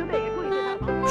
球队也注意对他。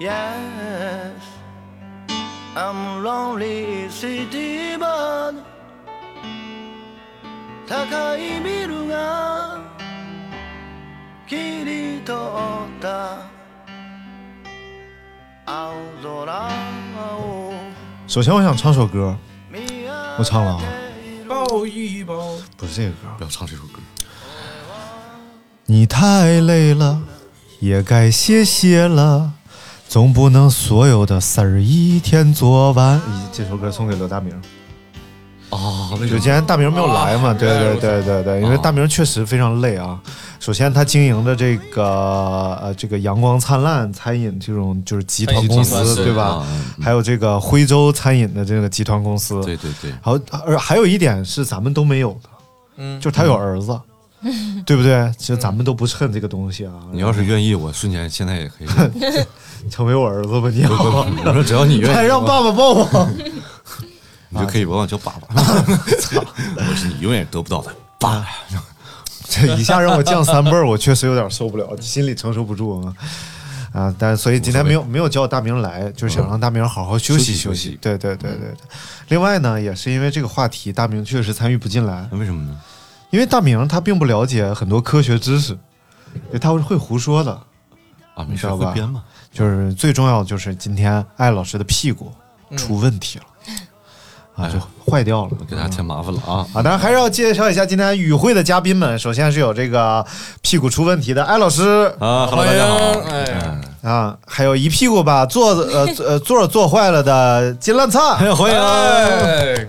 Yes, I'm lonely city bird 高いビルが切り取った青空を首先我想唱首歌，見上我唱了啊，抱一抱，不是这个歌。不要唱这首歌。你太累了，也该歇歇了，总不能所有的事儿一天做完。咦这首歌送给罗大明，啊，为什就么今天大明没有来嘛？对对对对对，因为大明确实非常累啊。首先，他经营的这个呃这个阳光灿烂餐饮这种就是集团公餐饮集司团对吧啊嗯？还有这个徽州餐饮的这个集团公司，对对对，还有而还有一点是咱们都没有的，嗯，就是他有儿子，对不对？其实咱们都不趁这个东西啊。你要是愿意，我瞬间现在也可以。 成为我儿子吧，你不不要不我说只要你愿意，还让爸爸抱 我？你就可以管我叫爸 爸。我是你永远得不到的爸爸。这一下让我降三辈儿，我确实有点受不了，心里承受不住啊。啊，但所以今天没有没有叫大明来，就是想让大明好好休息休嗯休息休息息。对对对对对。另外呢，也是因为这个话题，大明确实参与不进来，那为什么呢？因为大明他并不了解很多科学知识，对他会胡说的。啊，没你知事，道吧会编嘛？就是最重要的就是今天艾老师的屁股出问题了，啊，哎就呀坏掉了，给大家添麻烦了啊！啊，当然还是要介绍一下今天与会的嘉宾们。首先是有这个屁股出问题的艾老师啊哈喽，大家好。哎呀嗯啊，还有一屁股把座子呃坐呃座儿坐坏了的金烂 灿，哎欢迎啊！哎，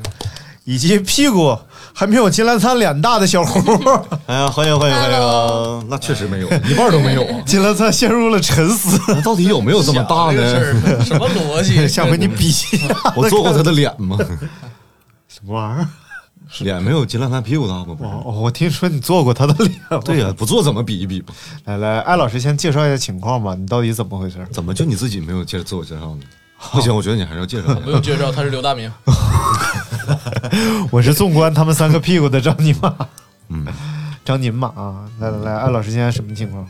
以及屁股还没有金烂灿脸大的小胡。 哎呀，欢迎欢迎欢迎啊！那确实没有， 一半都没有啊！金烂灿陷入了沉思， 那到底有没有这么大这个事呢？儿什么逻 辑？下回你比一下 我做过他的脸吗？什么玩意儿？脸没有金兰兰屁股大吗？不是。哦，我听说你做过他的脸。对呀、不做怎么比一比吧？来来，艾老师先介绍一下情况吧，你到底怎么回事？怎么就你自己没有介自我介绍呢？不行，我觉得你还是要介绍一不下。用介绍，他是刘大明。我是纵观他们三个屁股的张尼玛，嗯， 张尼玛啊，来来来，艾老师现在什么情况？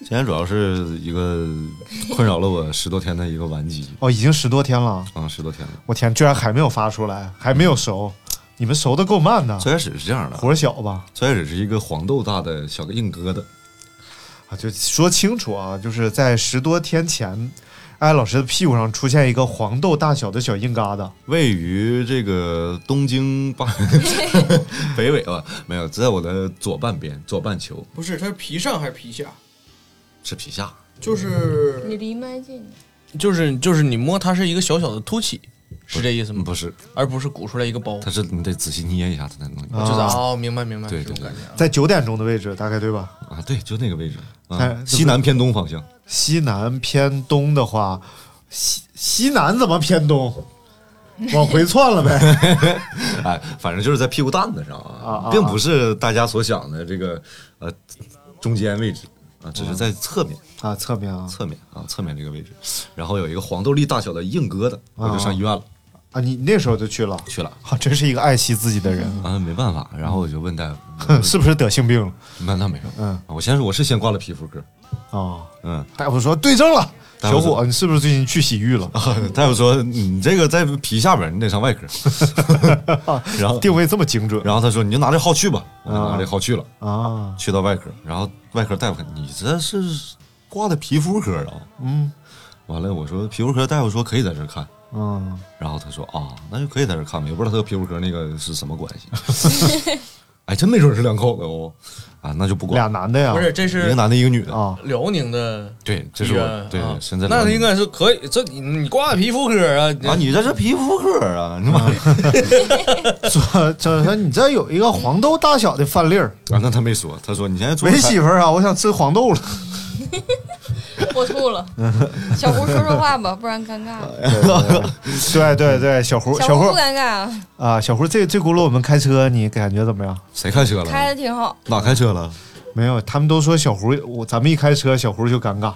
今天主要是一个困扰了我十多天的一个顽疾哦，已经十多天了，啊，十多天了。我天，居然还没有发出来，还没有熟，你们熟的够慢的，最开始是这样的，活儿小吧？最开始是一个黄豆大的小个硬疙瘩，啊，就说清楚啊，就是在十多天前，艾老师的屁股上出现一个黄豆大小的小硬疙瘩，位于这个东京八 北纬吧，没有，在我的左半边左半球不是，他是皮上还是皮下？是皮下，就是你离麦近点，就是就是你摸它是一个小小的凸起，是这意思吗？嗯不是，而不是鼓出来一个包。它是你得仔细捏一下才能弄啊就是哦，明白明白，对这种对感对觉啊。在九点钟的位置，大概对吧？啊，对，就那个位置哎啊，西南偏东方向，西南偏东的话，西西南怎么偏东？ 往回窜了呗？哎，反正就是在屁股蛋子上啊啊啊，并不是大家所想的这个呃中间位置啊，只是在侧面、 啊，侧面啊，侧面啊、侧面这个位置，然后有一个黄豆粒大小的硬疙瘩，我就上医院了，啊，你那时候就去了，去了。啊，真是一个爱惜自己的人，啊，没办法，然后我就问大夫，哼， 是不是得性病了？那那没有，嗯啊，我先说我是先挂了皮肤科，啊，嗯， 大夫说对症了，大小夫说伙，你是不是最近去洗 浴了？大夫说你这个在皮下边，你得上 外科，然后定位这么精准然后他说你就拿这号去吧，我就拿这号去了，啊？去到外科，然后外科大夫看你这是挂的皮肤科啊，嗯，完了我说皮肤科大夫说可以在这儿看，嗯，然后他说啊，那就可以在这看吧，也不知道他和皮肤科那个是什么关系。 哎，真没准是两口子哦。啊，那就不管俩男的呀不，是，这一个是男的，一个女的。啊，辽宁的对，这医是我院，对啊对，深圳的。那应该是可以。这你你挂皮肤科啊？啊，你这是皮肤科啊？你妈啊， 说这说你这有一个黄豆大小的饭粒 儿，啊那他没说，他说你现在做没媳妇儿啊，我想吃黄豆了。我 吐了。小胡说说话吧，不然尴尬。哎对对对，小胡小小胡胡不尴尬，啊，小胡这这轱辘我们开车，你感觉怎么样？谁开车了？开的挺 好。哪开车了？没有，他们都说小胡，我咱们一开车，小胡就尴尬。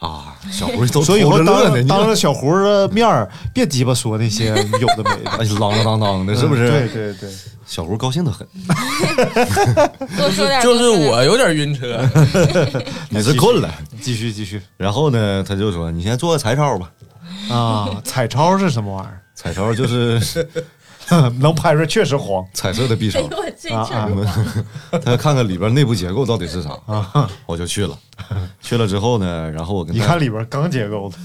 啊，小胡都所以以后偷着当乐呢，着你当着小胡的面儿，别鸡巴说那些有的没的， 哎，啷啷当当的，是不是？嗯对，对对，小胡高兴的很。多说点，就多是说点我有点晕车， 你是困了，继续继续然后呢，他就说你先做个彩超吧。啊！彩超是什么玩意彩超就是 儿？能拍出来确实黄彩色的匕哎首呦，，我这啊啊这如 他看看里边内部结构到底是啥，啊！我就去了。去了之后呢，然后我跟你他看里边钢结构的，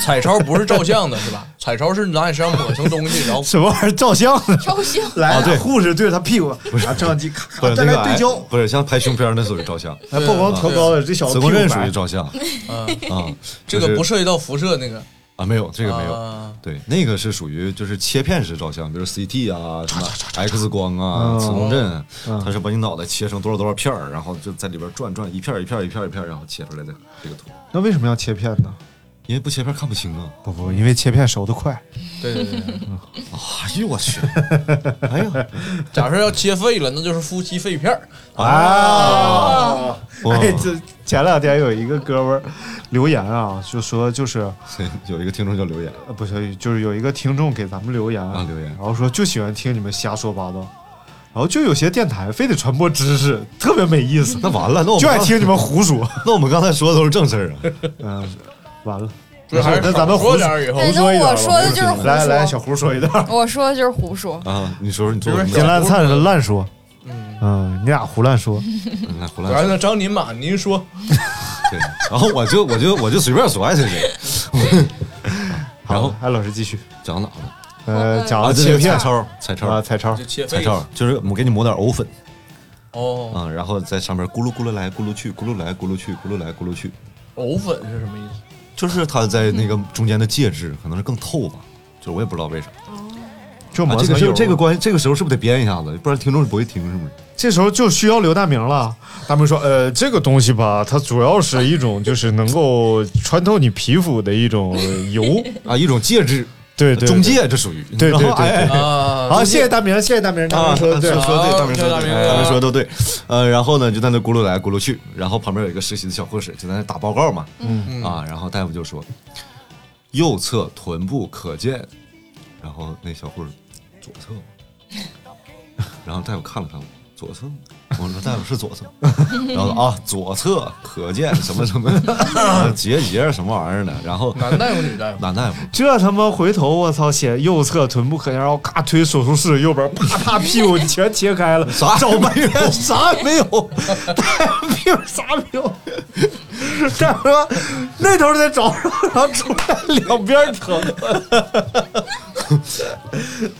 彩超不是照相的是吧？彩超是拿你身上抹成东西，然后什么玩意儿照相的？照相， 来啊对护士哦对他屁股拿照相机咔不咔是再那个来对焦哎，不是像拍胸片那属于照相，哎，不光调高了，这小子子屁股宫白认属于照 相啊，嗯啊，这就个不涉及到辐射那个。啊，没有这个没有。啊对，那个是属于就是切片式照相，比如 CT 啊、什么 X 光啊、嗯磁共振，嗯它是把你脑袋切成多少多少片儿，然后就在里边转转一片儿一片儿一片儿一片儿，然后切出来的这个图。那为什么要切片呢？因为不切片看不清啊！不不，因为切片熟得快。对对对，对哎呦我 去！哎呀，假设要切肺了，那就是夫妻肺片儿。啊！哇哎，这前两天有一个哥们儿留言啊，就说就是有一个听众叫留言，呃不是，就是有一个听众给咱们留言啊留言然后说就喜欢听你们瞎说八道，然后就有些电台非得传播知识，特别没意思，那完了，那我们就爱刚听你们胡说。那我们刚才说的都是正事儿啊！嗯，完了，不是还是那咱们少说胡点儿以后胡说一段吧反正我说的就是胡说来来，小胡说一段，我说的就是胡说。啊，你说说你做就是什金么？烂灿是乱说，嗯，嗯，你俩胡乱说，来嗯胡乱完说。了，张您马，您说对，然后我就我就我就随便说哎爱谁谁。然好后哎艾老师继续，讲哪了？呃，讲啊，了这个切彩片超，彩啊，超，彩超就切彩肺。超，就是我们给你抹点藕粉哦，啊，然后在上面咕噜咕噜来，咕噜去，咕噜来，咕噜去，咕噜来，咕噜去，藕粉是什么意思？啊就是它在那嗯个中间的介质可能是更透吧，就是我也不知道为啥。就啊磨这成个油就了这个关，这个时候是不是得编一下子？不然听众不会听，是不是？这时候就需要刘大明了。大明说：“呃，这个东西吧，它主要是一种就是能够穿透你皮肤的一种 油，啊，一种介质，对对，中介这属于。对然对后对对哎。啊，好，谢谢大明，谢谢大明，大啊，明说的对说啊，说对，好大明说的对，谢谢哦大明啊大明说的都对。呃，然后呢，就在那咕噜来咕噜去，然后旁边有一个实习的小护士就在那打报告嘛，嗯啊，然后大夫就说右侧臀部可见，然后那小护士左侧， 然后大夫看了看我左侧，我说大夫是左侧，然后说啊左侧可见什么什么 啊结节什么玩意儿的，然后男大夫女大夫，男大夫 这他妈回头我操，写右侧臀部可见，然后咔推手术室右边，啪啪屁股全切开了，啥找半没有天啥也没有，大明啥也没有。大夫说那头在找，然后出来两边疼。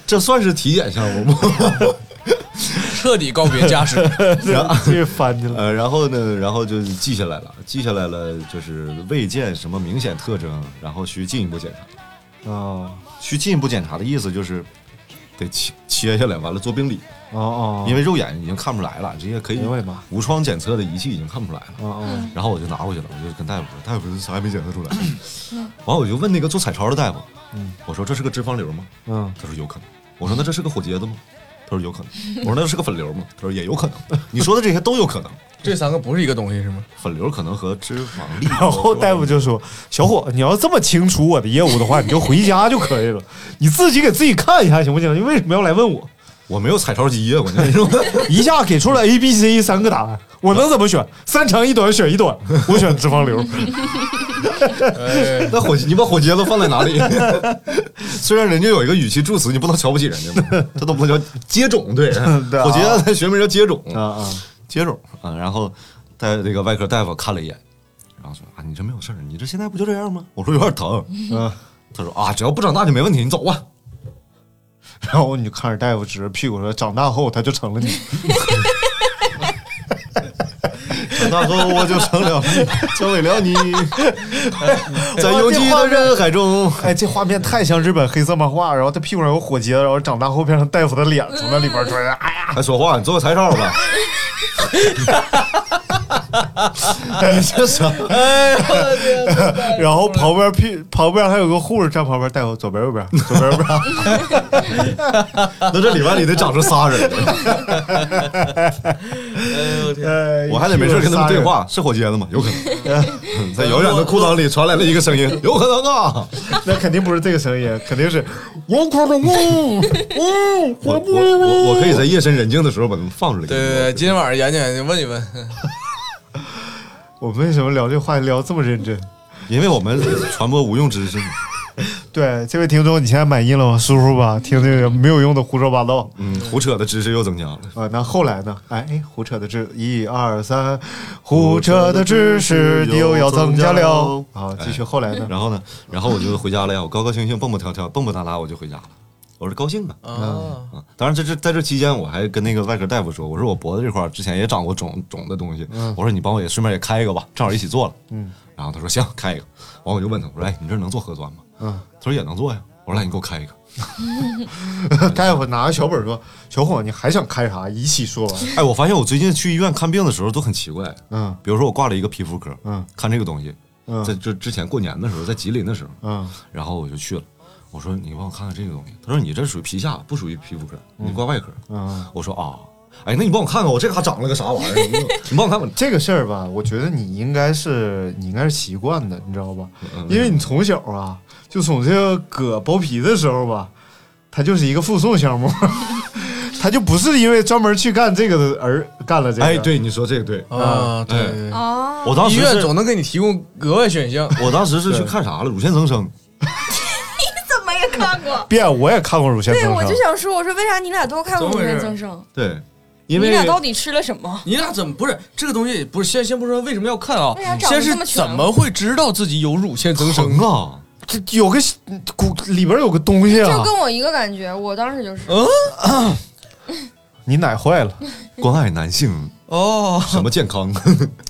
这算是体检项目吗？彻底告别家史。这翻去了。呃，然后呢，然后就记下来了，记下来了，就是未见什么明显特征，然后需进一步检查。哦需进一步检查的意思就是得切切下来，完了做病理，哦哦，因为肉眼已经看不出来了，这些可以哎呦我的妈无创检测的仪器已经看不出来了。哦哦然后我就拿回去了，我就跟大夫说，大夫啥也没检测出来。嗯完我就问那个做彩超的大夫，我说这是个脂肪瘤吗？嗯，他说有可能。我说那这是个火疖子吗？他说有可能。我说那是个粉瘤吗？他说也有可能。你说的这些都有可能。这三个不是一个东西是吗？粉瘤可能和脂肪粒。然后大夫就说：“小伙，你要这么清楚我的业务的话，你就回家就可以了， 你自己给自己看一下行不行？你为什么要来问我？我没有彩超机呀，关键是一下给出了 A、B、C E 三个答案，我能怎么选？三长一短选一短， 我选脂肪瘤。那火你把火疖子放在哪里？ 虽然人家有一个语气助词，你不能瞧不起人家嘛，这都不能叫接种，对，对啊火疖子在学名叫接种，啊啊，接种啊。然后带这个外科大夫看了一眼，然后说啊，你这没有事儿，你这现在不就这样吗？我说有点疼，嗯 他说啊，只要不长大就没问题，你走吧。然后你就看着大夫指着屁股说：“长大后他就成了你。”长大后我就成了你，成为了你， 在拥挤的人海中。 哎，这画面太像日本黑色漫画，然后他屁股上有火结，然后长大后变成大夫的脸从那里边出 来，哎呀，还说话，你做个柴烧吧。你这啥？哎 然后旁边屁旁边还有个护士站旁边，大夫左边右边左边右边， 那这里外里得长出仨人，哎我还得没事跟他们对 话，是火疖子吗？有可能， 嗯在遥远的裤裆里传来了一个声音， 有可能啊。那肯定不是这个声音，肯定 是嗡咕隆 嗡，嗡我啊我我我可以在夜深人静的时候把他们放出来。对对对，今天晚上研究研究，问一问。我们为什么聊这话题聊这么认真？因为我们传播无用知识。对，这位听众，你现在满意了吗？舒服吧？听这个没有用的胡说八道。嗯，胡扯的知识又增加了。啊，那后来呢？哎，哎胡扯的知，一二三，胡扯的知识又要增加了。好，继续后来呢？ 然后呢？然后我就回家了呀，我高高兴兴、蹦蹦跳跳、蹦蹦哒啦，我就回家了。我是高兴啊！哦啊，啊，当然这这在这期间，我还跟那个外科大夫说，我说我脖子这块儿之前也长过肿肿的东西，我说你帮我也顺便也开一个吧，正好一起做了。嗯，然后他说行，开一个。完我就问他，我说哎，你这能做核酸吗？嗯，他说也能做呀。我说来，你给我开一个。大夫拿着小本说：“小伙，你还想开啥？一起说完。哎，我发现我最近去医院看病的时候都很奇怪，”嗯比如说我挂了一个皮肤科，嗯，看这个东西，嗯在这之前过年的时候，在吉林的时候，嗯然后我就去了。我说你帮我看看这个东西，他说你这属于皮下，不属于皮肤科，你挂外科。嗯，我说啊，哎，那你帮我看看我这嘎长了个啥玩意儿？你给我你帮我看看。这个事儿吧，我觉得你应该是你应该是习惯的，你知道吧？嗯因为你从小啊，就从这个割包皮的时候吧，它就是一个附送项目， 它就不是因为专门去干这个的而干了这个。哎，对，你说这个对。啊，对哎对啊，我当医时院是，总能给你提供额外选项。我当时是去看啥了？乳腺增生。怎么也看过？变我也看过乳腺增对，生，我就想说，我说为啥你俩都看过乳腺增生？对，你因为俩到底吃了什么？你俩怎么不是这个东西？不是先先不说为什么要看啊为啥，长得先是这么全啊怎么会知道自己有乳腺增生疼？啊！这有个骨里边有个东西就啊，跟我一个感觉，我当时就是，你奶坏了，关爱男性哦，什么健 康？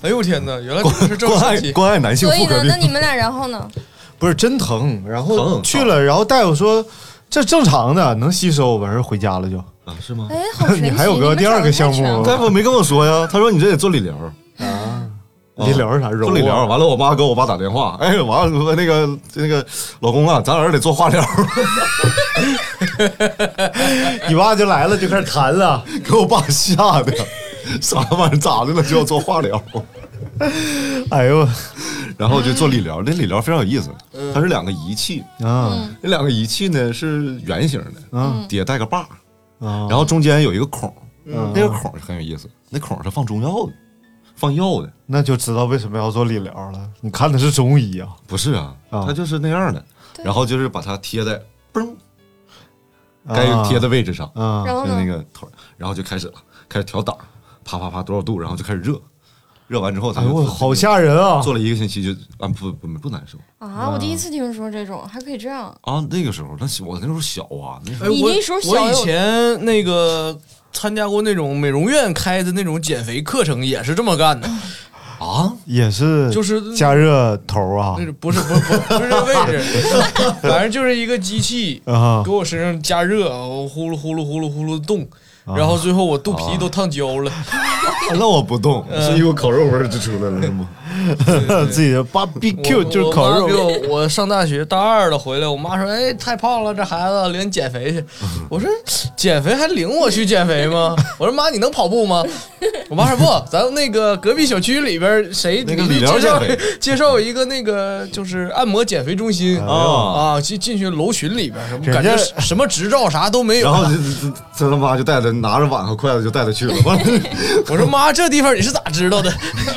哎呦我天哪，原来这关是这么关神爱奇！关爱男性所以妇科呢，病那。你们俩然后呢？ 不是真疼。然后疼去了，然后大夫说这正常的，能吸收。完事儿回家了就。啊，是吗？哎，好神 奇！你还有个们第二个项目啊长得太全了大夫没跟我说呀，他说你这得做理疗。啊理疗是啥？做揉理疗，啊完了我妈给我爸打电话， 哎，完了那个那个老公啊，咱儿 得做化疗，你爸就来了，就开始谈 了。给我爸吓的， 啥玩意儿咋的了就要做化疗，哎呦，然后就做理疗，那理疗非常有意思，嗯它是两个仪器，啊那两个仪器呢是圆形的，嗯底下带个把儿，啊然后中间有一个孔，嗯那个孔很有意思，那孔是放中药的，放药的，那就知道为什么要做理疗了。你看的是中医啊，不是啊，啊它就是那样的，然后就是把它贴在嘣啊该贴的位置上，啊然后就是那呢？个头儿，然后就开始了，开始调档，啪啪啪多少度，然后就开始热，热完之后他哎就呦，做我好吓人啊！做了一个星期就啊不不不难受啊，我第一次听说这种还可以这样。啊那个时候那小我那时候小啊那时候哎，你我那时候小我以有前那个参加过那种美容院开的那种减肥课程，也是这么干的，嗯啊也是，就是加热头啊那种不是不是不是不是这 位置，反正就是一个机器啊给我身上加热，我呼噜呼噜呼噜呼噜动，然后最后我肚皮都烫焦了。那我不动是一股烤肉味儿就出来了是吗？ 自己的 BBQ 就是烤我妈给肉，啊我我上大学大二了回来，我妈说：“哎，太胖了，这孩子领你减肥去。”我说：“减肥还领我去减肥吗？”我说：“妈，你能跑步吗？”我妈说：“不，咱那个隔壁小区里边谁那个理疗介绍减介绍一个那个就是按摩减肥中心啊啊，进进去楼群里边，什么人感觉家什么执照啥都没有然。后这这这他妈就带着拿着碗和筷子就带他去了，完了 我说妈，这地方你是咋知道的？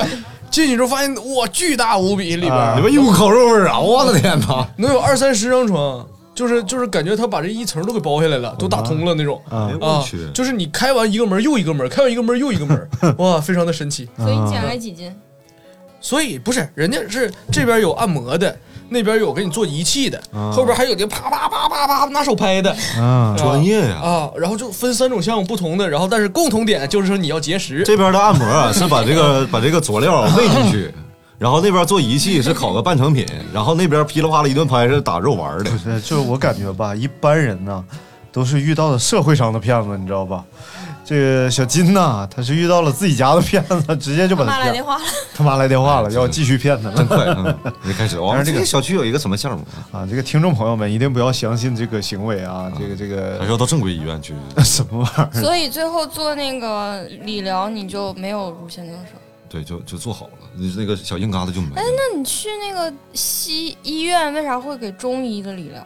进去之后发现哇，巨大无比里边。啊里面一股烤肉味儿啊！我的天哪！能有二三十张床，就是就是感觉他把这一层都给包下来了，都打通了那种啊哎我去，就是你开完一个门又一个门，开完一个门又一个门， 哇，非常的嗯神奇。所以你减下来几斤？所以不是人家是这边有按摩的，那边有给你做仪器的，啊后边还有那个啪啪啪啪啪拿手拍的，啊专业呀啊，然后就分三种项目不同的，然后但是共同点就是说你要节食，这边的按摩啊是把这个把这个佐料啊喂进 去，然后那边做仪器是烤个半成品，然后那边噼里啪啦一顿拍是打肉丸 的不。是，就是我感觉吧，一般人呢、都是遇到了社会上的骗子，你知道吧？这个小金呐、他是遇到了自己家的骗子，直接就把妈他来骗电了。话了，他妈来电话了，要继续骗他了真快，嗯，就开始。我但们是这这个个小区有一个什么项目？啊！这个听众朋友们一定不要相信这个行为啊！这个这还个是要到正规医院去？ 什么玩意儿？嗯所以最后做那个理疗你就没有乳腺增生。对，就就做好了，你那个小硬疙瘩就没了。那你去那个西医院为啥会给中医的理疗？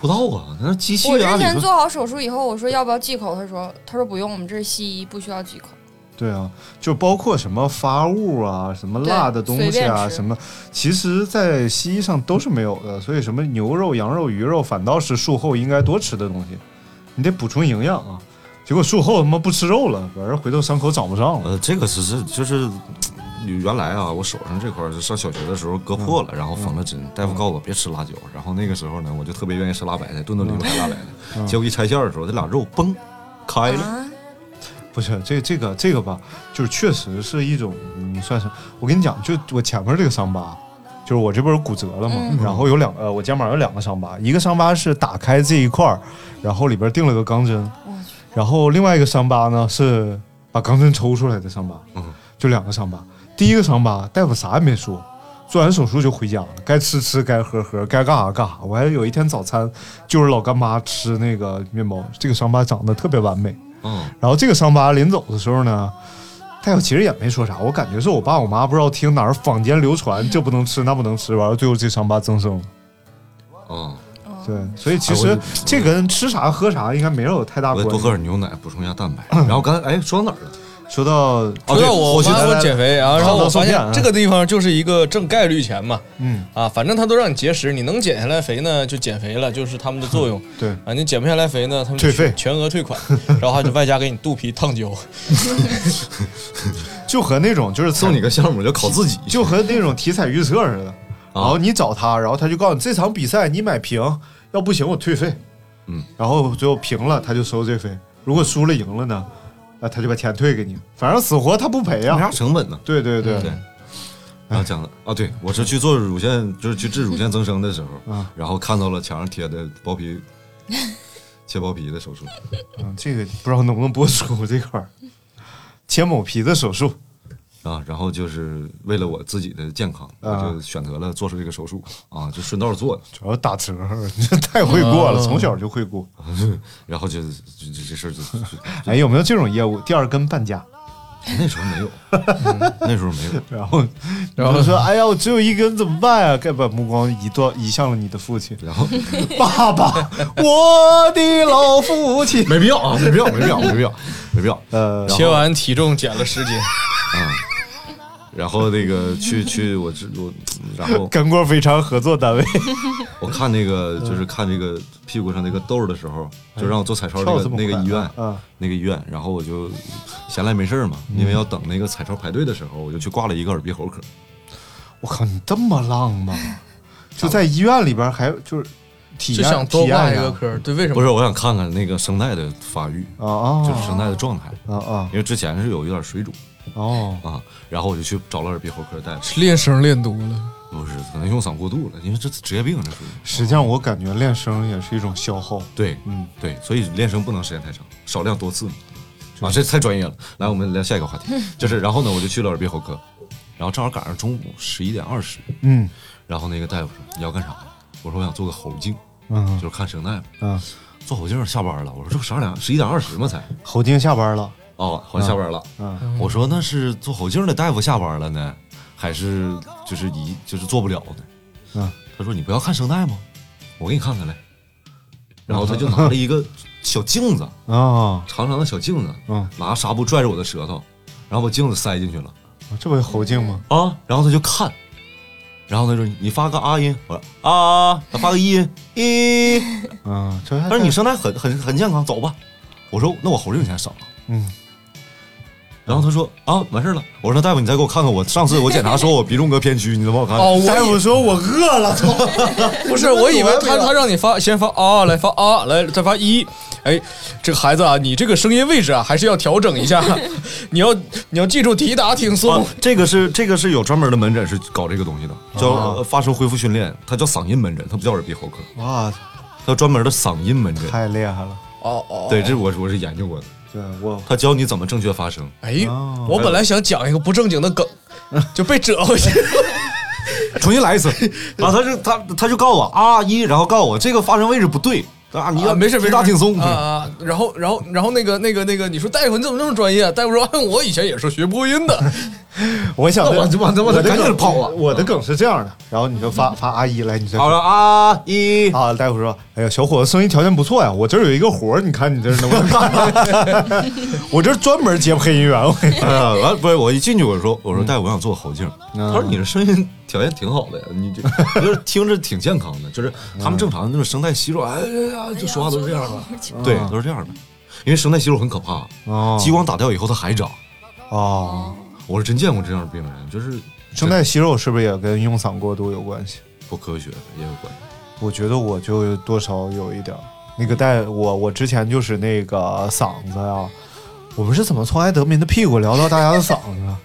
不知道啊，那机器我之啊，前你说做好手术以后，我说要不要忌口，他说他说不用，我们这是西医，不需要忌口。对啊，就包括什么发物啊，什么辣的东对西随啊，便吃什么，其实，在西医上都是没有的。所以，什么牛肉、羊肉、鱼肉，反倒是术后应该多吃的东西，你得补充营养啊。结果术后他妈不吃肉了，完事儿回头伤口长不上了。呃，这个是是就是。原来啊，我手上这块儿是上小学的时候割破了，然后缝了针。大夫告诉我别吃辣椒，然后那个时候呢，我就特别愿意吃辣白菜，顿顿离不开辣白菜。结果一拆馅儿的时候，这俩肉崩开了，啊，不是这这个这个吧，就是确实是一种，你算是我跟你讲，就我前面这个伤疤，就是我这不是骨折了嘛，然后有两呃，我肩膀有两个伤疤，一个伤疤是打开这一块儿，然后里边钉了个钢针，然后另外一个伤疤呢是把钢针抽出来的伤疤，就两个伤疤。第一个伤疤大夫啥也没说，做完手术就回家了，该吃吃，该喝喝，该干啥干啥。我还有一天早餐就是老干妈吃那个面包，这个伤疤长得特别完美。嗯，然后这个伤疤临走的时候呢，大夫其实也没说啥，我感觉是我爸我妈不知道听哪儿坊间流传这不能吃那不能吃，完了最后这伤疤增生了。嗯，对，所以其哎实我这跟吃啥喝啥应该没有太大我关得多喝系。点牛奶，补充一下蛋白。然后刚才哎，说到哪儿了？说到哦知对道我我去妈说来减肥，然后来然后我发现上当受骗啊这个地方就是一个挣概率钱嘛，嗯啊，反正他都让你节食，你能减下来肥呢就减肥了，就是他们的作用。 对啊，你减不下来肥呢，他们就退费全额退款，然后还得外加给你肚皮烫酒。就和那种就是送你个项目就考自己，就和那种体彩预测似啊的，然后你找他，然后他就告诉你这场比赛你买平，要不行我退费。嗯，然后最后平了他就收这费，如果输了赢了呢，啊他就把钱退给你，反正死活他不赔没啥啊。成本呢。对对对嗯对，然后讲的啊，对我是去做乳腺，就是去治乳腺增生的时候啊，然后看到了墙上贴的包皮切包皮的手术，嗯，这个不知道能不能播出这块儿，切某皮的手术，啊，然后就是为了我自己的健康，我啊就选择了做出这个手术啊，就顺道做 的，主要打折， 你这太会过嗯了，从小就会过。然后就就就这事儿就就就哎，有没有这种业务？第二根半价，那时候没有，那时候没有，然后然后说，哎呀，我只有一根怎么办呀、该把目光移到移向了你的父亲，然后。爸爸，我的老父亲没必要啊，没必要，没必要，没必要，没必要。呃，切完体重减了十斤，然后那个去去我这我，然后干锅肥肠合作单位， 我看那个就是看这个屁股上那个痘儿的时候，就让我做彩超那跳这个么那个快医院，啊那个医院，然后我就闲来没事儿嘛，因为要等那个彩超排队的时候，我就去挂了一个耳鼻喉科。我靠，你这么浪吗？就在医院里边，还就是体就想验体多验挂一下个科儿。对，为什不么？是，我想看看那个声带的发育，啊啊，就是声带的状态，啊啊因为之前是有一点水肿哦，啊，然后我就去找了耳鼻喉科大夫，练声练多了，不是，可能用嗓过度了，因为这职业病这属于。实际上我感觉练声也是一种消耗。对，嗯，对，所以练声不能时间太长，少量多次嘛。啊，这太专业了。来，我们聊下一个话题，就是然后呢，我就去了耳鼻喉科，然后正好赶上中午十一点二十，嗯然后那个大夫说你要干啥？我说我想做个喉镜，就嗯是看声带嘛。嗯，做喉镜下班了，我说这不十二点十一点二十吗才？侯晶下班了，哦，好像下班了。嗯我说那是做喉镜的大夫下班了呢，还是就是一就是做不了呢？嗯，他说你不要看声带吗？我给你看看来。然后他就拿了一嗯个小镜子，啊，长长的小镜子，嗯，拿纱布拽着我的舌头，然后把镜子塞进去了这不是侯晶吗？啊，然后他就看，然后他说你发个啊音，我说啊，他发个一音一，嗯，这还他说你声带很很很健康，走吧，我说那我喉咙有钱省了，嗯，啊然后他说啊，完事儿了。我说大夫，你再给我看看我上次我检查说我鼻中隔偏虚，你能帮我看看？哦我以大夫说我饿了，操！ 不是，我以为他他让你发先发啊，来发啊，来再发一。哎，这个孩子啊，你这个声音位置啊，还是要调整一下。 你要你要记住提打挺啊松。这个是这个是有专门的门诊是搞这个东西的，叫、哦呃发声恢复训练，它叫嗓音门诊，它不叫耳鼻喉科，哇，它专门的嗓音门诊。太厉害了！哦哦，对，这我我是研究过的，对我他教你怎么正确发声。哎，我本来想讲一个不正经的梗，就被折回去。重新来一次啊！他就他他就告我啊一，然后告我这个发声位置不对啊，你要啊，没事没提事，打挺松嗯啊。啊。然后然后然后那个那个那个，你说大夫你怎么那么专业啊？大夫说 我以前也是学播音的。 我想 那我就往这往这的赶紧梗跑啊我的梗是这样的，然后你就 发发阿姨来，你再好了啊一，啊，大夫说：“哎呀，小伙子声音条件不错呀，我这儿有一个活儿，你看你这儿能不能 干？我这儿专门接配音员，我跟你说呃，完不是我一进去我说我说大夫我想做喉镜，嗯他说你的声音条件挺好的呀，你 这你就是听着挺健康的，就是他嗯们正常的那种声带吸入，哎呀就说话都是这样的，对，嗯都是这样的，因为声带吸入很可怕，哦激光嗯打掉以后它还长，哦，我是真见过这样的病人，就是声带息肉是不是也跟用嗓过度有关系？不科学也有 关系。我觉得我就多少有一点儿那个带我我之前就是那个嗓子呀，我们是怎么从埃德民的屁股聊到大家的嗓子啊？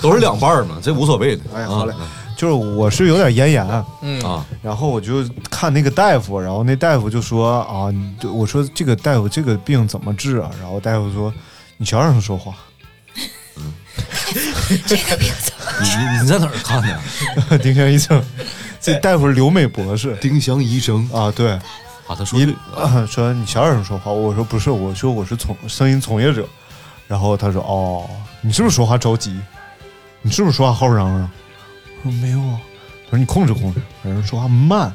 都是两半儿嘛，这无所谓的。哎啊好嘞就是我是有点咽炎。”嗯啊，然后我就看那个大夫，然后那大夫就说啊，你对我说这个大夫这个病怎么治啊？然后大夫说你小点声说话， 你你你在哪儿看 的？丁香医生，这大夫是留美博士丁香医生啊，对，啊，他说你、啊 说你小点声说话，我说不是，我说我是从声音从业者，然后他说哦，你是不是说话着急？你是不是说话好嚷嚷？我说没有啊，他说你控制控制，有人说话慢，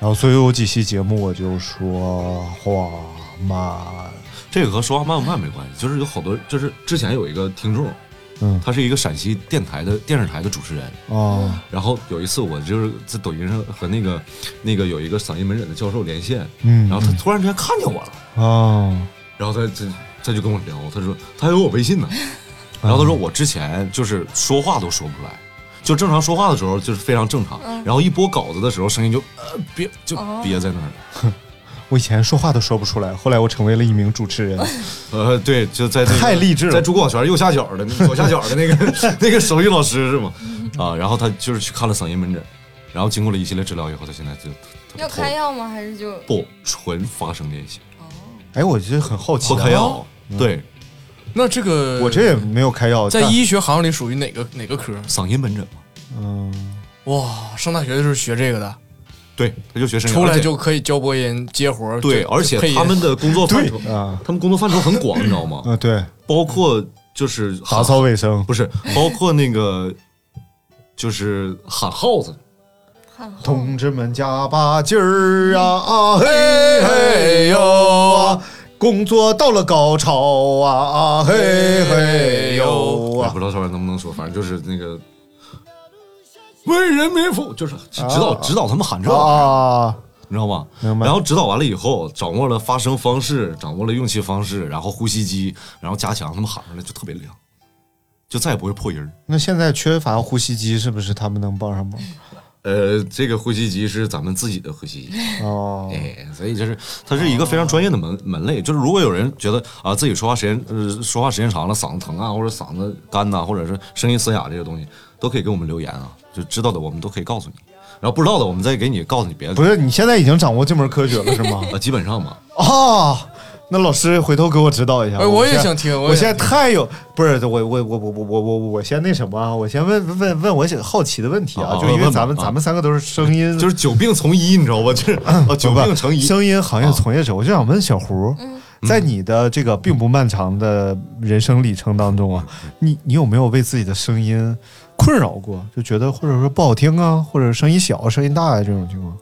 然后所以有几期节目我就说话慢。这个和说话慢不慢没关系，就是有好多，就是之前有一个听众，嗯他是一个陕西电台的电视台的主持人，哦，然后有一次我就是在抖音上和那个那个有一个嗓音门诊的教授连线，嗯，然后他突然之间看见我了，哦，然后他他他就跟我聊，他说他还有我微信呢，嗯然后他说我之前就是说话都说不出来。就正常说话的时候就是非常正常，嗯然后一播稿子的时候声音就呃憋就憋在那儿了，我以前说话都说不出来，后来我成为了一名主 持人。呃，对，就在、那个嗯太励志了在朱广 泉右下角的左下角的那个那个手语老师是吗？嗯啊，然后他就是去看了嗓音门诊，然后经过了一系列治疗以后，他现在就他要开药吗？还是就不纯发声练习，哎，我就很好奇、不啊，开药，嗯对，那这个我这也没有开药，在但医学行里属于哪个哪个科？嗓音门诊嘛，嗯，哇，上大学的时候学这个的，对，他就学声音，出而来且就可以教播音、接活儿。对，就而且配音他们的工作范畴，啊，他们工作范畴很广，你知道吗？嗯，对，包括就是打喊扫卫生，不是，包括那个就是喊号子，汗后同志们加把劲儿啊啊嘿嘿嘿嘿哟哟啊，工作到了高潮啊啊嘿哎嘿哟我也啊哎不，知道这玩意儿能不能说，反正就是那个为人民服务，就是指导、啊指导他们喊这玩意儿，啊，你知道吗？明白然后指导完了以后，掌握了发声方式，掌握了用气方式，然后呼吸机，然后加强，他们喊出来就特别亮，就再也不会破音儿。那现在缺乏呼吸机是不是他们能帮上忙？呃，这个呼吸机是咱们自己的呼吸机，哦，哎，所以就是它是一个非常专业的门门类。就是如果有人觉得啊自己说话时间呃说话时间长了嗓子疼啊，或者嗓子干呐、或者是声音嘶哑这些东西，都可以给我们留言啊，就知道的我们都可以告诉你，然后不知道的我们再给你告诉你别的。不是，你现在已经掌握这门科学了是吗？啊，基本上嘛，啊，那老师回头给我指导一下。哎我也现在想听我我也现在太有不是我我我我我我我我先那什么啊，我先问问问我想好奇的问题啊，啊就因问为问吧咱们啊咱们三个都是声音，就是久病从医，你知道吧？就是啊，久不是病成啊医。声音行业从业者，我就想问小胡，嗯在你的这个并不漫长的人生里程当中啊，嗯你你有没有为自己的声音困扰过？就觉得或者说不好听啊，或者声音小、声音大啊呀、这种情况？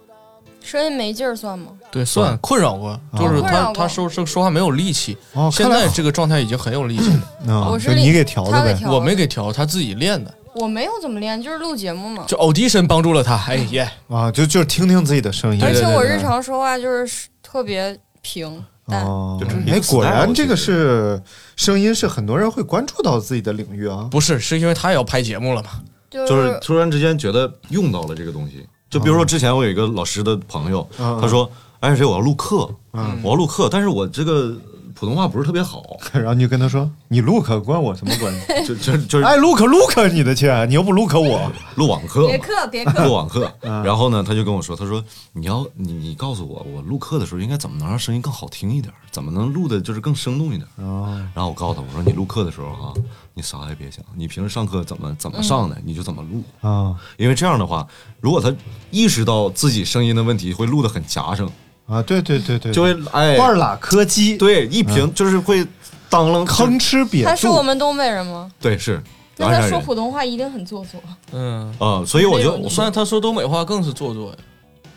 声音没劲儿算吗？对算困扰过，就是困扰他过他说说说话没有力气，哦，现看来在这个状态已经很有力气 了。啊，我就是你练给调的他给呗。调我没给调，他自己练的，我没有怎么练，就是录节目嘛。就 audition 帮助了他。嗯哎耶，啊，就就听听自己的声音。而且对对我对日常说话就是特别平，蛋。哦就是一个哎， style，果然这个其实是声音，是很多人会关注到自己的领域啊。不是，是因为他也要拍节目了嘛？就就是突然之间觉得用到了这个东西。就比如说之前我有一个老师的朋友，嗯他说：“哎，谁我要录课，嗯我要录课，但是我这个普通话不是特别好， 然后你就跟他说：“你 look 关我什么关 系？就就就是哎，look look 你的去，你又不 look 我。录网课别嘛。”克，别 录克，网课，嗯然后呢，他就跟我说：“他说你要你你告诉我，我录课的时候应该怎么能让声音更好听一点，怎么能录的就是更生动一点。”哦，然后我告诉他，我说你录课的时候哈、你啥也别想，你平时上课怎么怎么上的，你就怎么录。 啊因为这样的话，如果他意识到自己声音的问题，会录得很夹生，啊，对对对对，就会哎，腕儿拉柯基，对一平就是会当啷吭，哧瘪他是我肚。们东北人吗？对是那鞍他山说人普通话一定很做作。嗯，啊，所以我就那种我虽算然他说东北话更是做作呀，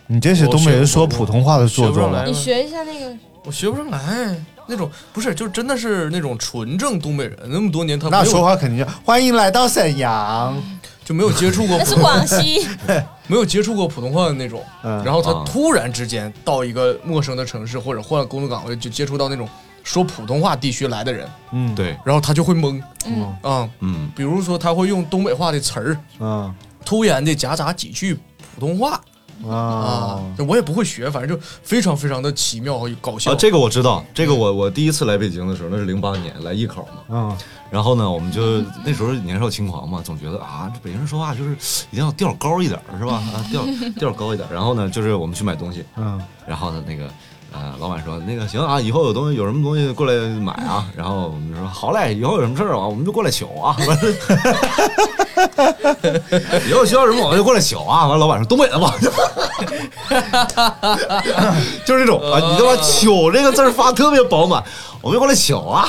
你这是东北人说普通话的做作了嗯你学一下那个，我学不上来那种，不是，就真的是那种纯正东北人，那么多年他没那有说话肯定叫欢迎来到沈阳。就没有接触过那普是通广 西，没有接触过普通话的那种，嗯然后他啊突然之间到一个陌生的城市或者换了工作岗位，就接触到那种说普通话地区来的人，嗯，对，然后他就会懵，嗯啊，嗯比如说他会用东北话的词儿，嗯突然的夹杂几句普通话啊哦啊，，我也不会学，反正就非常非常的奇妙和搞笑。啊， 这个我知道，这个我我第一次来北京的时候，那是零八年来艺考嘛，嗯然后呢，我们就那时候年少轻狂嘛，总觉得啊，这北京人说话就是一定要调高一点儿，是吧？啊，调调高一点儿。然后呢，就是我们去买东西，嗯然后呢，那个呃，老板说那个行啊，以后有东西有什么东西过来买啊。然后我们就说好嘞，以后有什么事儿啊，我们就过来取啊。 完了以后需要什么我们就过来取啊。完了，老板说东北 的吧，就是这种啊，你他哦妈“取”这个字儿发特别饱满，我们就过来取啊。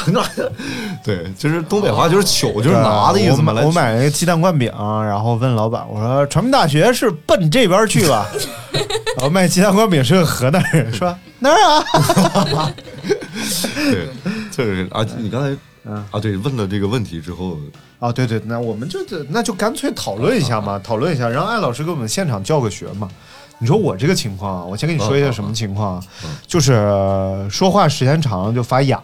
对，就是东北话就是“取”，就是拿的意思嘛。哦啊我买我买了一个鸡蛋灌饼，然后问老板，我说传媒大学是奔这边去吧？然后卖鸡蛋灌饼是个河南人，说哪儿啊？对，就是啊，你刚才啊，对，问了这个问题之后，啊，对对，那我们就这那就干脆讨论一下嘛，讨论一下，让艾老师给我们现场教个学嘛。你说我这个情况啊，我先跟你说一下什么情况啊，嗯就是说话时间长就发哑，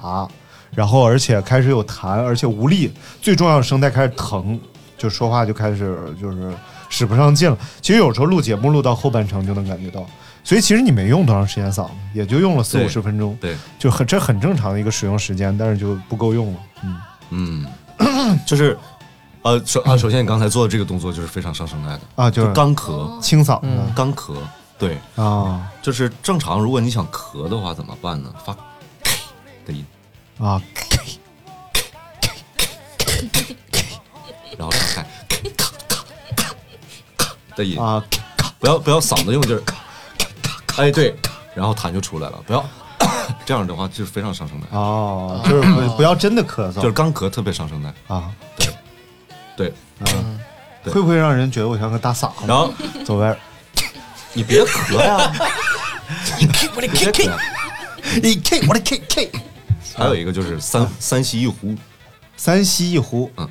然后而且开始有痰，而且无力，最重要的声带开始疼，就说话就开始就是使不上劲了。其实有时候录节目录到后半程就能感觉到，所以其实你没用多长时间嗓子，也就用了四五对十分钟，对，就很这很正常的一个使用时间，但是就不够用了。嗯， 嗯，就是呃，首啊，首先你刚才做的这个动作就是非常伤声带的，啊，就就是嗯干咳，清嗓子。干咳，对，啊就是正常，如果你想咳的话怎么办呢？发 的音，啊，然后张开的音，啊，不要不要嗓子用劲儿，哎对，然后痰就出来了，不要这样的话就是非常伤声带，哦， 就是不不要真的咳嗽，就是干咳特别伤声带，啊，对，对会不会让人觉得我像个大傻子？然后走歪，你别咳呀，你 K 我的 K K，你 K 我的 K K，还有一个就是三三吸一呼，三吸一呼，嗯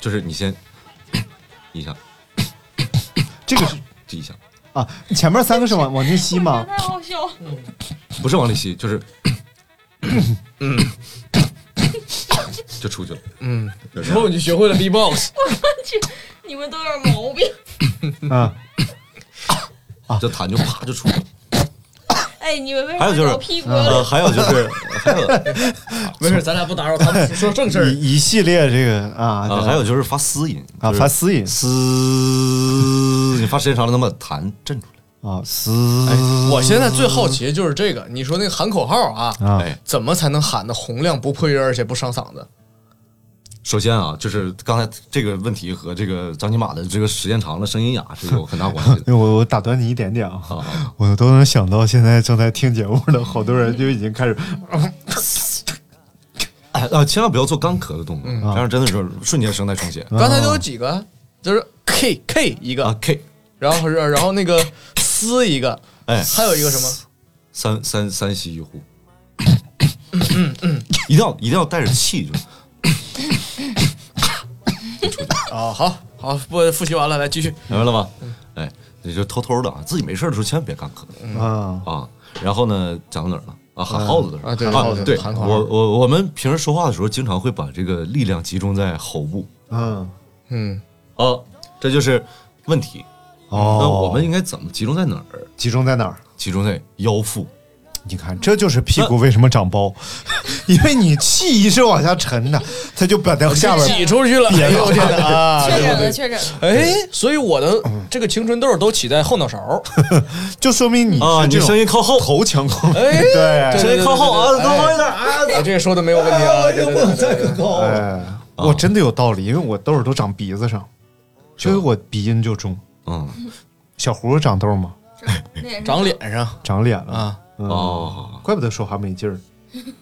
就是你先一下，这个是这一下，啊，前面三个是往往进吸吗？太好笑了。不是往里吸，就是，嗯，就出去了。嗯，就这之样后你就学会了 B-box，你们都有点毛病。啊，这痰就啪就出去了。哎，你们为还什么有就是老屁股呃，了？还有就是，还有 没事，咱俩不打扰他们，说正事儿。一一系列这个啊，啊，还有就是发嘶音啊，就是发嘶音嘶，你发时间长了，能把痰震出啊，嘶，哎，我现在最好奇的就是这个，你说那个喊口号啊，啊来。哎，怎么才能喊的洪亮不破音，而且不伤嗓子？首先啊，就是刚才这个问题和这个张金马的这个时间长了，声音啊哑是有很大关 系的。哎我我打断你一点点啊，啊，我都能想到现在正在听节目的好多人就已经开始哎啊，千万不要做干咳的动作，这样真的是瞬间声带充血刚才都有几个？就是 K K 一哦啊个，。 K 然后然后那个嘶一个，哎还有一个什么？三三三吸一呼，嗯一定要一定要带着气，就是啊，好好，不复习完了，来继续。明白了吧？哎，你就偷偷的啊，自己没事的时候千万别干咳啊啊。然后呢，讲到哪儿了？啊，嗯喊耗子的时候啊对耗子对，喊口号我我我们平时说话的时候，经常会把这个力量集中在喉部嗯嗯，啊，这就是问题。哦那我们应该怎么集中在哪儿？集中在哪儿？集中在腰腹。你看，这就是屁股为什么长包， 因为你气一直往下沉呢，它就把它下边挤出去了别哎呦我天 哪啊！确诊对了，对对确诊 了。哎，所以我的这个青春痘都起在后脑勺， 嗯就说明你是啊，这你种声音靠后，头强攻，哎对，啊声音靠后啊，对对对对靠后一点啊。哎哎，这个说的没有问题啊，对对对对对高哎，我真的有道理，因为我痘儿都长鼻子上，所以我鼻音就重。嗯，小胡长痘吗？脸上长脸上长脸了啊，嗯，哦怪不得说话没劲儿。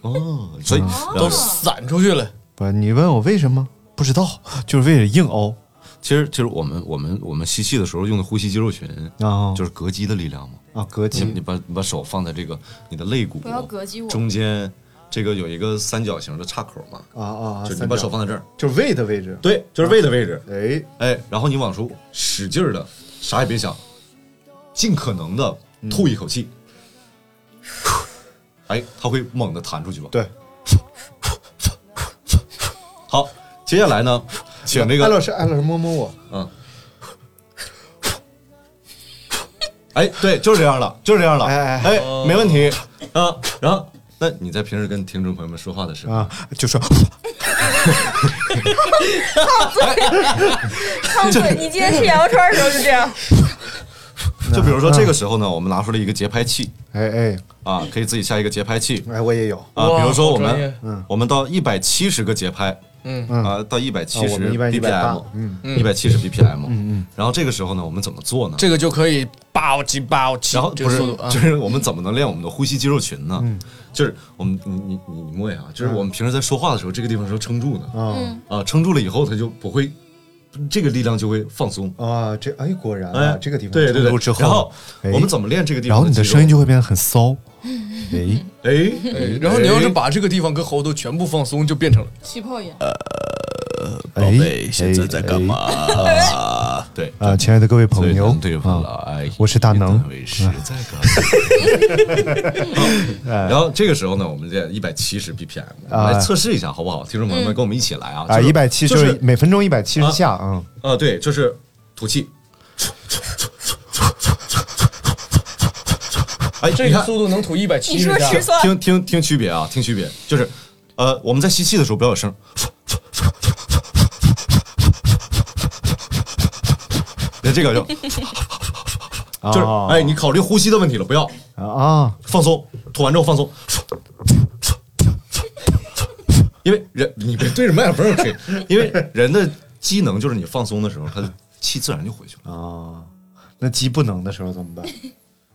哦，所以嗯都都是散出去了，不，你问我为什么？不知道， 就是为了硬凹其实其实我们我们我们吸气的时候用的呼吸肌肉群，啊，就是膈肌的力量嘛。啊，膈你你肌把你把手放在这个你的肋骨不要膈肌我中间，这个有一个三角形的岔口嘛，啊啊，就是你三把角手放在这儿，就是胃的位置。对，就是胃的位置，哎，哎，然后你往出使劲儿的，啥也别想，尽可能的吐一口 气，哎，它会猛地弹出去吧？对，好，接下来 呢，请这艾个，老师，艾老师摸摸我，嗯，哎，对，就是这样了，就是这样了，哎哎哎，没问题啊。然后，那你在平时跟听众朋友们说话的时候，啊，就说靠嘴，你今天吃羊肉串的时候是这样，就比如说这个时候呢，我们拿出了一个节拍器哎哎啊，可以自己下一个节拍器哎，我也有，啊，哇比如说我好专业嗯们我们到一百七十个节拍，嗯啊，到一百七啊我十们一般 BPM， 180嗯一百七十 BPM，嗯嗯，然后这个时候呢，我们怎么做呢？这个就可以暴击暴击，然后这不个是速度，啊就，是我们怎么能练我们的呼吸肌肉群呢？嗯就是我们你你你你摸一下啊，就是我们平时在说话的时候，这个地方是要撑住的啊嗯啊，撑住了以后，它就不会，这个力量就会放松。啊，这哎，果然哎啊，，这个地方对对冲突对，之后，然后哎我们怎么练这个地然方后肌肉？你的声音就会变得很骚，哎，哎，哎然后你要是把这个地方跟喉头全部放松，就变成了气泡炎。宝贝现在在干嘛？啊，对哎啊，亲爱的各位所朋以友能对付啊，来，我是大能也为实在感 哎然后这个时候呢，我们练一百七十 BPM，我们来测试一下好不好？听众朋友们，跟我们一起来啊！啊，就是一百七就是十每分钟一百七啊十下啊，啊，对，就是吐气。哎，这你个看速度能吐一百七你十说下吃，蒜，听听听区别啊，听区别，就是呃，我们在吸气的时候不要 有声，那这个就就是啊哎，你考虑呼吸的问题了，不要啊，放松，吐完之后放松。因为人，你别对着麦克风吹， 因为人的机能就是你放松的时候，他的气自然就回去了，啊，那鸡不能的时候怎么 办？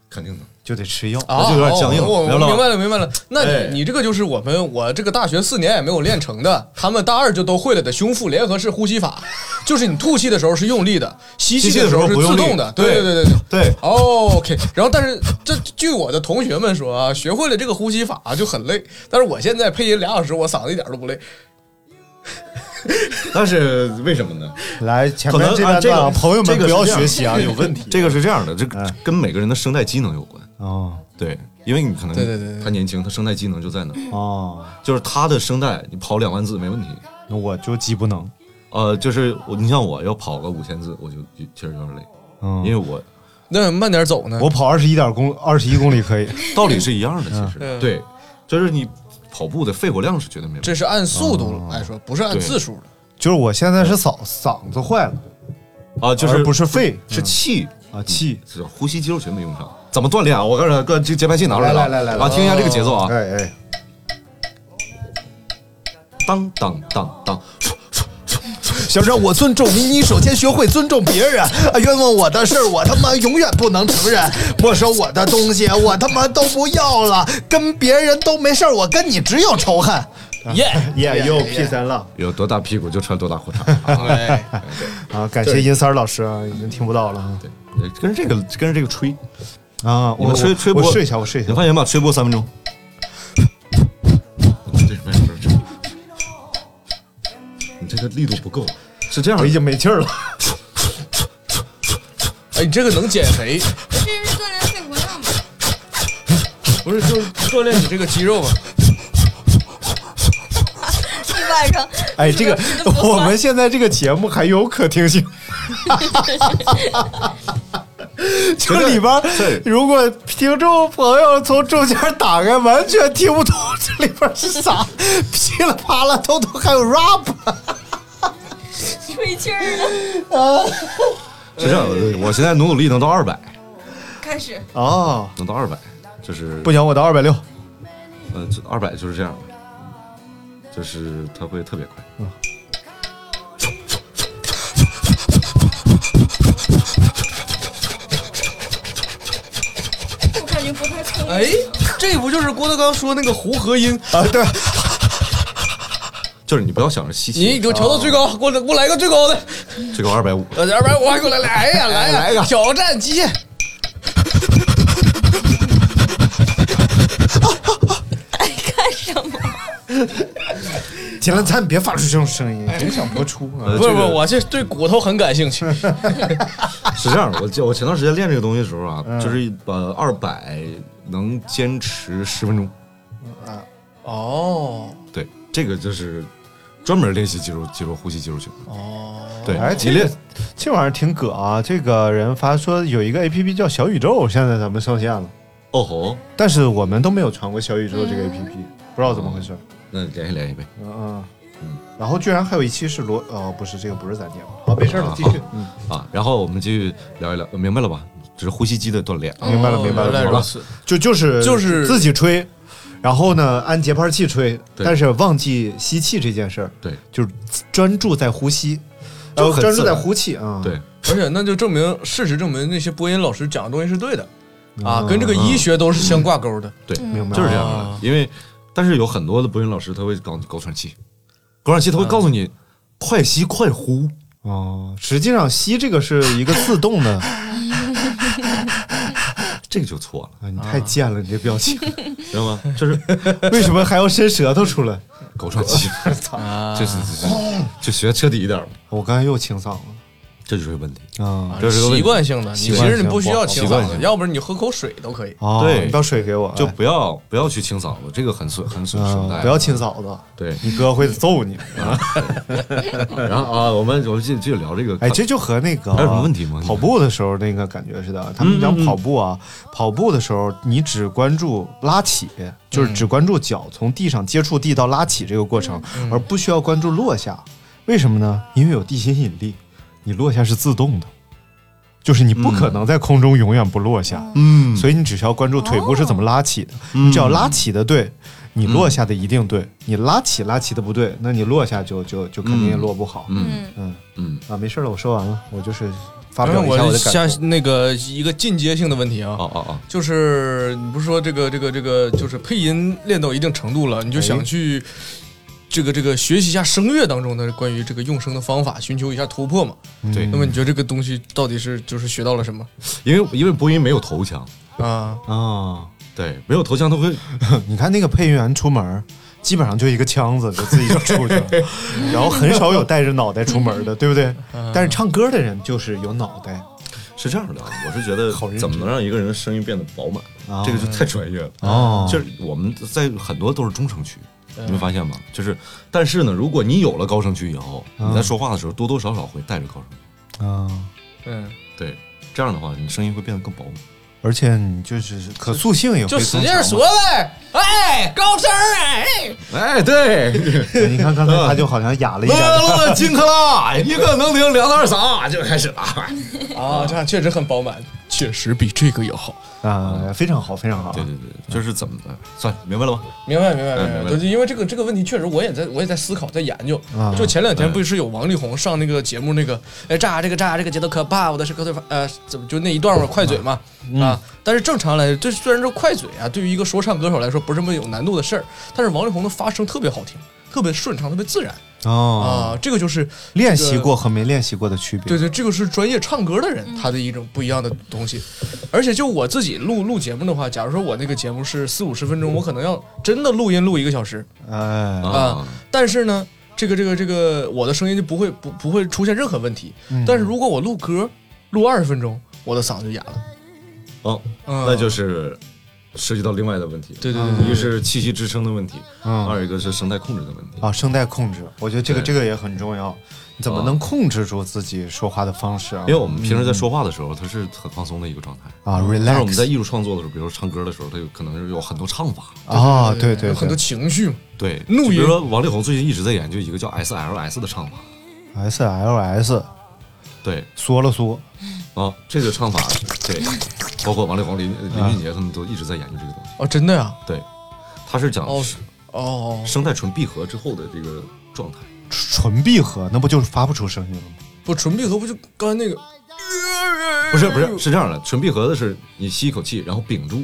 肯定的。就得吃药。啊，这就有点僵硬哦我我明白了吧明白了，明白了。那哎你你这个就是我们我这个大学四年也没有练成的，他们大二就都会了的胸腹联合式呼吸法，就是你吐气的时候是用力的，吸气的时候是自吸动的。气的时候不用力对对对对对对。哦 OK，然后但是这据我的同学们说啊，学会了这个呼吸法就很累，但是我现在配音俩小时，我嗓子一点都不累。但是为什么呢？ 来，前可面能这啊段这个段朋友这们个不是要这样学习啊，有 问题。这个是这样的，这个嗯跟每个人的声带机能有关。哦对，因为嗯你可能对对对对他年轻，他声带机能就在那儿，哦，就是他的声带，你跑两万字没问题。那我就鸡不能。呃，就是我，你像我要跑个五千字，我就就其实有点累，因为嗯，我那慢点走呢？我跑二十一点公二十一公里可以。 道理是一样的，其实、嗯对，就是你跑步的肺活量是绝对没问题。这是按速哦度来说，不是按字数的。就是我现在是嗓嗓子坏了，啊，就而是嗯不是肺是气，啊气。是呼吸肌肉群没用上。怎么锻炼啊？我刚才个这节拍器拿出来了，来来来来来啊，听一下这个节奏啊，哎哎，当当当当，想让我尊重您，你首先学会尊重别人。啊，冤枉我的事儿，我他妈永远不能承认。没收我的东西，我他妈都不要了。跟别人都没事儿，我跟你只有仇恨。 耶耶，又 P 三了有多大屁股就穿多大 裤衩。啊哎啊！感谢银三儿老师啊，已经听不到了啊对，对跟着这个跟着这个吹。啊！你我们吹我吹波，我试一下，我试一下你发现吧，吹波三分钟。这没事，这你这个力度不够，是这样我的已。经没气儿了。 哎，你这个能减肥，这是锻炼肺活量吧？不是就是锻炼你这个肌肉嘛。一晚上，哎，这个我 们现在这个节目还有可听性，这里边对如果听众朋友从中间打开，完全听不懂这里边是啥，噼里啪啦，偷偷还有 rap。没气儿了，是这样的，我现在努努力能到二百，开始哦，能到二百，就是不行，我到二百六，呃，这二百就是这样，就是它会特别快。我感觉不太聪明。 哎，这不就是郭德纲说那个胡和音？就是你不要想着稀奇，你给我调到最高，给我给我来个最高的，这个二百五，呃，二百五还给我来来，哎呀来呀，来个呃挑战极限。干什么？金兰灿别发出这种声音，影响播出啊！呃不是这不个是，我这对骨头很感兴趣。是这样的，我记我前段时间练这个东西的时候啊，嗯就是把二百能坚持十分钟， 哦对，这个就是专门练习肌肉肌肉呼吸肌肉群。哦，对，哎，你这练个这玩意儿挺葛啊！这个人发说有一个 A P P 叫小宇宙，现在咱们上线了，哦吼，但是我们都没有传过小宇宙嗯这个 A P P，不知道怎么回事。那联系联系呗。嗯嗯嗯。然后居然还有一期是罗，哦，不是这个不是咱节目，好，没事了，继续。嗯，啊，然后我们继续聊一聊，呃明白了吧？只是呼吸肌的锻炼。啊明白了，明白了，原来明白如了。此。就就是就是自己吹，然后呢按节拍器吹，对但是忘记吸气这件事儿，对就是专注在呼吸，就呃很专注自在然呼气啊。对，而且那就证明，事实证明那些播音老师讲的东西是对的，啊，嗯跟这个医学都是相挂钩的。对，明白就是这样啊嗯的。因为，但是有很多的播音老师他会搞搞喘气，搞喘气他会告诉你快吸快呼，哦，实际上吸这个是一个自动 的，啊这个就错了，你太贱了，你这表情， 知道吗？就是为什么还要伸舌头出来？狗喘气，操， 嗯就是啊就学彻底一点吧，我刚才又清嗓这就是个问题。了啊。这是个问题习惯性的，你习其惯性实你不需要清习惯嗓子，性要不然你喝口水都可以。哦，对你倒水给我，就哎不要不要去清嗓子，这个很损很损声嗯带。不要亲嫂子，对，你哥会揍你。然后啊，我们我们继续继续聊这个。嗯哎，这就和那个还有什么问题吗嗯跑步的时候那个感觉似的。他们讲跑步啊，跑步的时候你只关注拉起，就是嗯只关注脚从地上接触地到拉起这个过程，嗯而不需要关注落下。为什么呢？因为有地心引力，你落下是自动的。就是你不嗯可能在空中永远不落下，嗯，所以你只需要关注腿部是怎么拉起的，嗯你只要拉起的对，你落下的一定对，你拉起拉起的不对，那你落下就就就肯定也落不好，嗯嗯，嗯，啊，没事了，我说完了，我就是发然表后一下我我的下感受。那个一个进阶性的问题啊，哦哦哦，就是你不是说这个这个这个就是配音练到一定程度了，你就哎想去这个这个学习一下声乐当中的关于这个用声的方法，寻求一下突破嘛。嗯对那么你觉得这个东西到底是就是学到了什么因为因为播音没有头腔，啊？啊，对，没有头腔它会你看那个配音员出门儿，基本上就一个腔子就自己就出 去了，然后很少有带着脑袋出门的，对不对？嗯但是唱歌的人就是有脑袋，是这样的啊，我是觉得好认真怎么能让一个人的声音变得饱满，啊这个就太专业了。哦就是我们在很多都是中声区，你们发现吗？就是，但是呢，如果你有了高声区以后，嗯你在说话的时候多多少少会带着高声区，啊，嗯，对，这样的话你声音会变得更饱满。而且你就是可塑性也会就使劲更强说嘛。呗，哎，高声儿哎，哎，对，你看刚才嗯他就好像哑了一乐点儿，乐金克拉，一个能听两二三，就开始了。 啊，这样确实很饱满，确实比这个要好。啊，非常好，非常好。对对对，就是怎么的，算明白了吧？明白，明白，嗯明明白。白就因为这个这个问题，确实我也在我也在思考，在研究啊。就前两天不是有王力宏上那个节目，那个哎炸这个炸这个节奏可怕，我的是可对呃怎么就那一段嘛，快嘴嘛啊。但是正常来，这虽然这快嘴啊，对于一个说唱歌手来说不是什么有难度的事儿，但是王力宏的发声特别好听，特别顺畅，特别自然哦，啊。这个就是练习过和没练习过的区别。对对，这个是专业唱歌的人他的一种不一样的东西。而且就我自己录录节目的话，假如说我那个节目是四五十分钟，我可能要真的录音录一个小时哎，啊、但是呢，这个这个这个我的声音就不会不不会出现任何问题。嗯但是如果我录歌录二十分钟，我的嗓子就哑了。哦，嗯那就是涉及到另外的问题。对对对一个是气息支撑的问题，嗯二一个是声带控制的问题。啊，声带控制，我觉得这个对这个也很重要。你怎么啊能控制住自己说话的方式啊？因为我们平时在说话的时候，它是很放松的一个状态啊但是我们 relax 在艺术创作的时候，比如说唱歌的时候，它有可能是有很多唱法，啊，对对，嗯有很对多情绪嘛。对，怒就比音如说王力宏最近一直在研究一个叫 SLS 的唱法， SLS 对缩了缩，啊，这个唱法，对，包括王力宏、林林俊杰他们都一直在研究这个东西。哦，真的呀？对，它是讲哦是哦，声带唇闭合之后的这个状态。唇闭合，那不就是发不出声音了吗？不，唇闭合不就刚才那个？不是不是，是这样的，唇闭合的是你吸一口气，然后屏住，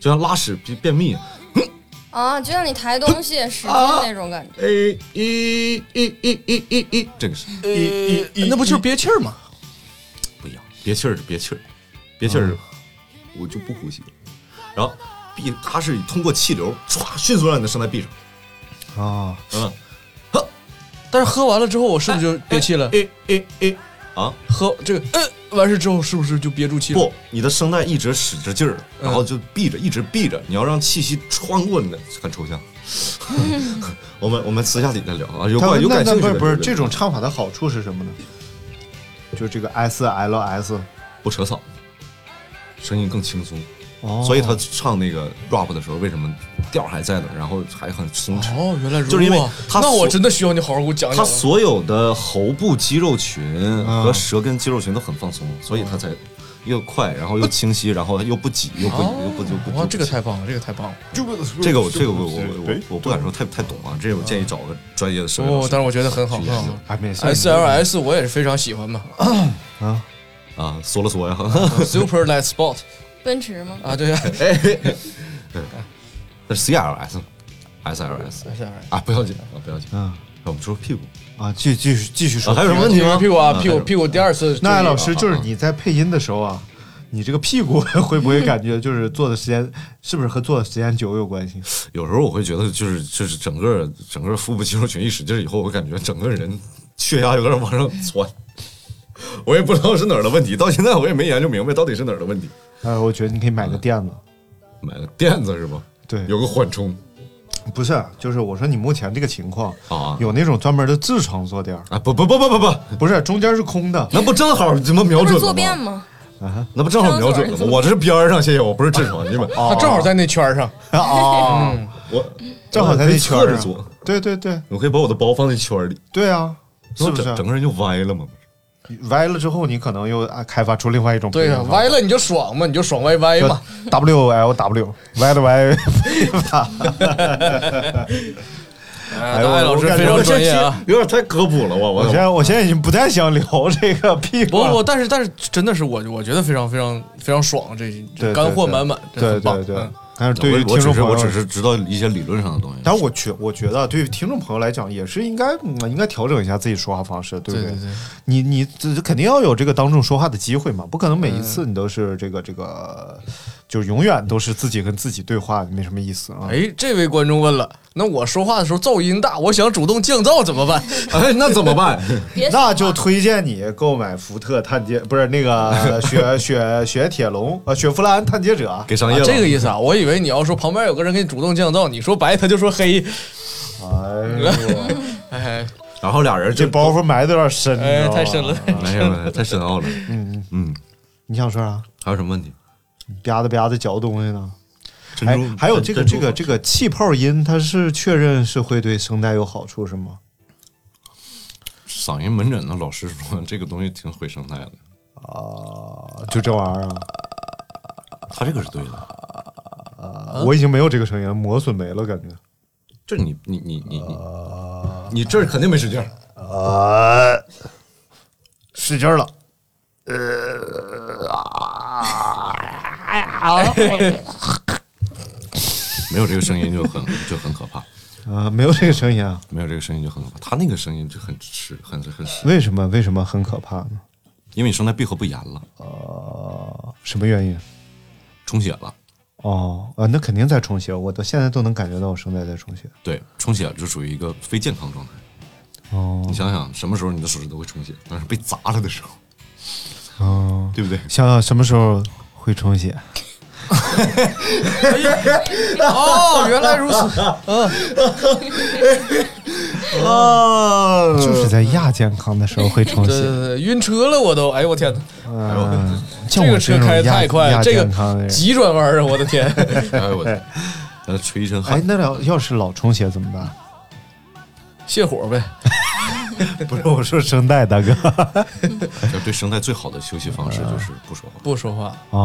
就像拉屎便便秘，啊，就像你抬东西使劲那种感觉。哎一一一一一一，这个是呃那不就是憋气儿吗？不一样，憋气儿是憋气儿，憋气儿我就不呼吸了，然后闭它是通过气流唰迅速让你的声带闭上，啊，嗯，但是喝完了之后，我是不是就憋气了？哎哎哎啊喝这个，呃，完事之后是不是就憋住气了？不，你的声带一直使着劲儿，然后就闭着，一直闭着，你要让气息穿过你的，很抽象。 我们我们私下里再聊啊，有他感有那感那兴趣不是的不是就这种唱法的好处是什么呢？就这个 SLS，不扯嗓子，声音更轻松。哦所以他唱那个 rap 的时候，为什么调还在呢？然后还很松弛。哦，原来如此。就是因为他那我所真的需要你好好给我讲他讲了。所有的喉部肌肉群嗯和舌根肌肉群都很放松，所以他才又快，然后又清晰，然后又不挤，又不又不又不。又哦哇，不这个挤太棒了，这个太棒了。这个我这个我我我我不敢说太太懂啊，这我建议找个专业的声乐老哎哦，师但是我觉得很好，去很研好究。哎，没事 SLS 我也是非常喜欢嘛啊，缩了缩呀。 ，Super Light Spot 奔驰吗？啊，对啊那是 CLS、SLS ，SLS 啊，不要紧啊，不要紧。嗯我们说屁股啊，继继续继续啊，说还。有什么问题吗？屁股啊，嗯屁股屁股第二次注意啊。那老师就是你在配音的时候啊，你这个屁股 会不会感觉就是坐的时间是不是和坐的时间久有关系？有时候我会觉得，就是就是整个整个腹部肌肉群一使劲儿以后，我感觉整个人血压有点往上窜， 我也不知道是哪儿的问题，到现在我也没研究明白到底是哪儿的问题。呃，我觉得你可以买个垫子。买个垫子是吧？对，有个缓冲不是，就是我说你目前这个情况，啊有那种专门的痔疮坐垫儿，啊！不不不不不不，不是中间是空 的，那不正好他妈瞄不是准了坐便吗？吗？那不正好瞄准了吗？我这是边儿上，谢谢，我不是痔疮，你们他正好在那圈儿上，啊，我正好在那圈侧儿啊着上坐，。对对对我可以把我的包放在圈儿里，对啊，是那不整整是？个人就歪了嘛？歪了之后，你可能又啊开发出另外一种对呀，歪了你就爽嘛，你就爽歪歪嘛。 W L W 歪的歪，哎，呦大爱老我师感觉非我这常专业啊。有点太科普了，我我现在我现在已经不太想聊这个屁股不了。不，但是但是真的是我我觉得非常非常非常爽，这对这干货满满，这对很棒对对嗯。但是我对于听我只众是朋友，我只是知道一些理论上的东西。但是我觉我觉得对于听众朋友来讲，也是应该嗯应该调整一下自己说话方式，对不对对？对对，你你这肯定要有这个当众说话的机会嘛，不可能每一次你都是这个这个，就是永远都是自己跟自己对话，没什么意思啊。哎，这位观众问了，那我说话的时候噪音大，我想主动降噪怎么办？ 哎，那怎么办？别那就推荐你购买福特探界，不是那个雪雪雪铁龙，呃，雪佛兰探界者。给商业啊了，这个意思啊，我以为你要说旁边有个人给你主动降噪，你说白他就说黑，哎呦，哎然后俩人这就 包袱埋的有点深，你知哎，道吧太深了。。没有 没有太深奥了。嗯，嗯，你想说啥？还有什么问题？吧嗒吧嗒嚼东西呢？珍哎珠，还有这个珍这珠个这个气泡音，它是确认是会对声带有好处是吗？嗓音门诊的老师说， 这个东西挺毁声带的。啊，就这玩意儿啊。他这个是对的，我已经没有这个声音了，磨损没了，感觉。这你你你你你，你这儿肯定没使劲儿。呃，使劲儿了。没有这个声音就很 就很可怕，啊，没有这个声音啊？没有这个声音就很可怕。他那个声音就很实，很很实，为什么？为什么很可怕呢？因为你声带闭合不严了，呃，什么原因？充血了。哦，啊，那肯定在充血，我到现在都能感觉到我声带在充血。对，充血就属于一个非健康状态。哦你，想想，什么时候你的手指头会充血？那是被砸了的时候，哦， 对不对？想想什么时候会充血？哦，原来如 此。嗯，啊， 就是在亚健康的时候会对充对血。对，哦晕车了我都，哎呦我天哪！嗯，这像个我车种开得亚太快了，亚这个健康的人急转弯啊！我 的天，哎我，呃，吹一身哎汗，，那要要是老充血怎么 办？泻火呗。不是我说声带，大哥。就对声带最好的休息方式就是呃不说话，不说话，阿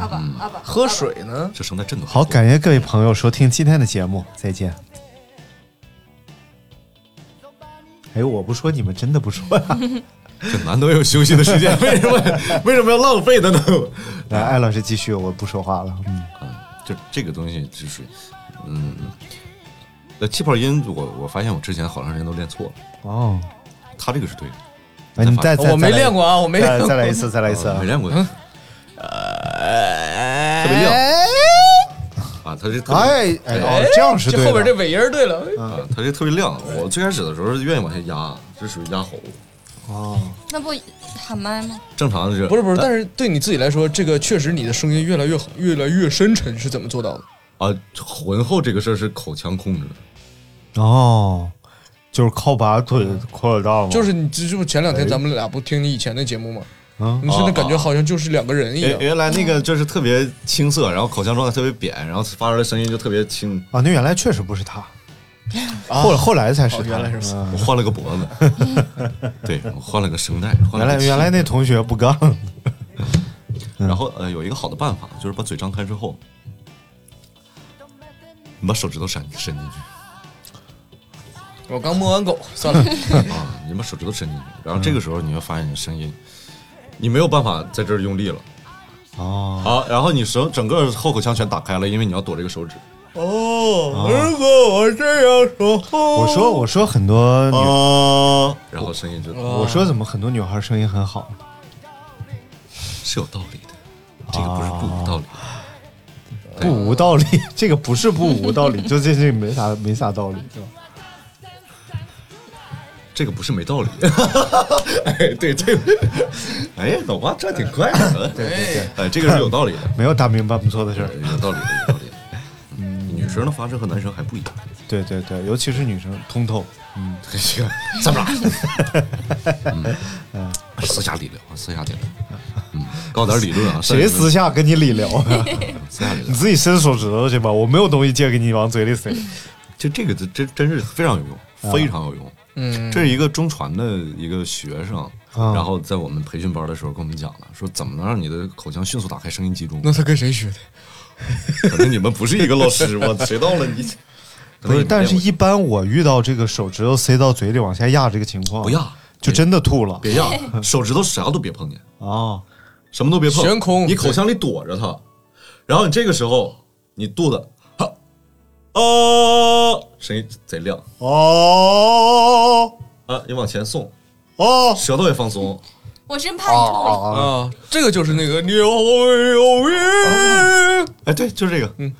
哦，宝阿宝，喝水呢？这声带震动。好，感谢各位朋友收听今天的节目，再见。哎，我不说你们真的不说呀、 这难得有休息的时 间，为什么为什么要浪费它呢？来，艾老师继续，我不说话了。 嗯，就啊这个东西就是，嗯，呃，气泡音我我发现我之前好长时间都练错了，哦，他这个是对的，哎，你再再我没练过啊，我没再来练再过。再来一次，再来一次我啊 没！练过，哎特别硬啊，他这特别哎哎，哦，这样是对这的。后边这尾音儿对了，啊，他这特别亮。我最开始的时候愿意往下压，这属于压喉。哦，那不喊麦吗？正常的是不是不是，但是对你自己来说，这个确实你的声音越来越好，越来越深沉，是怎么做到的？啊，浑厚这个事儿是口腔控制的。哦，就是靠把腿扩耳道嘛，就是你这这不前两天咱们俩不听你以前的节目吗？嗯，你现在感觉好像就是两个人一原样。哎原来那个就是特别青涩，然后口腔状态特别扁，然后发出来声音就特别轻。啊，那原来确实不是他，后后来才是哦他，原来是嗯我换了个脖子， 对我换了个声带，换原了个来气原来那同学不干了，然后呃，有一个好的办法，就是把嘴张开之后，你把手指头伸伸进去我刚摸完狗，算了，啊，你把手指头伸进去，然后这个时候你会发现你的声音，你没有办法在这儿用力了哦，啊，然后你整整个后口腔全打开了，因为你要躲这个手指。哦，如果我这样说，我说我说很多女，哦，然后声音就我啊说怎么很多女孩声音很好，是有道理的，这个不是不无道理。不无道理， 这个不是不无道理，就这这没啥没啥道理，对吧？这个不是没道理。哎，对这个，哎，老妈转挺快的。对对对，哎，这个是有 道理的，没有大明办不错的事儿，有道理的，有道理的。嗯，女生的发声和男生还不一样。对对对，尤其是女生通透，嗯， 行，咱们俩， 嗯，私下理疗，私下理疗。嗯，搞点理论 啊，谁私下跟你理疗啊？私下理 你论？自己伸手指头去吧，我没有东西借给你往嘴里塞。就这个真真是非常有啊用，非常有用。嗯，这是一个中传的一个学生，啊然后在我们培训班的时候跟我们讲了，说怎么能让你的口腔迅速打开，声音集中。那他跟谁学的？可能你们不是一个老师，我谁到了 你？不是，但是一般我遇到这个手指头塞到嘴里往下压这个情况，不压，就真的吐了别压， 手指头啥都别碰见，啊！什么都别碰，悬空你口腔里躲着它，然后你这个时候你肚子，啊，啊声音贼亮哦啊，你往前送，哦舌头也放松，我真怕你吐了。啊！啊，这个就是那个牛有病，哎，对，就是这个，嗯，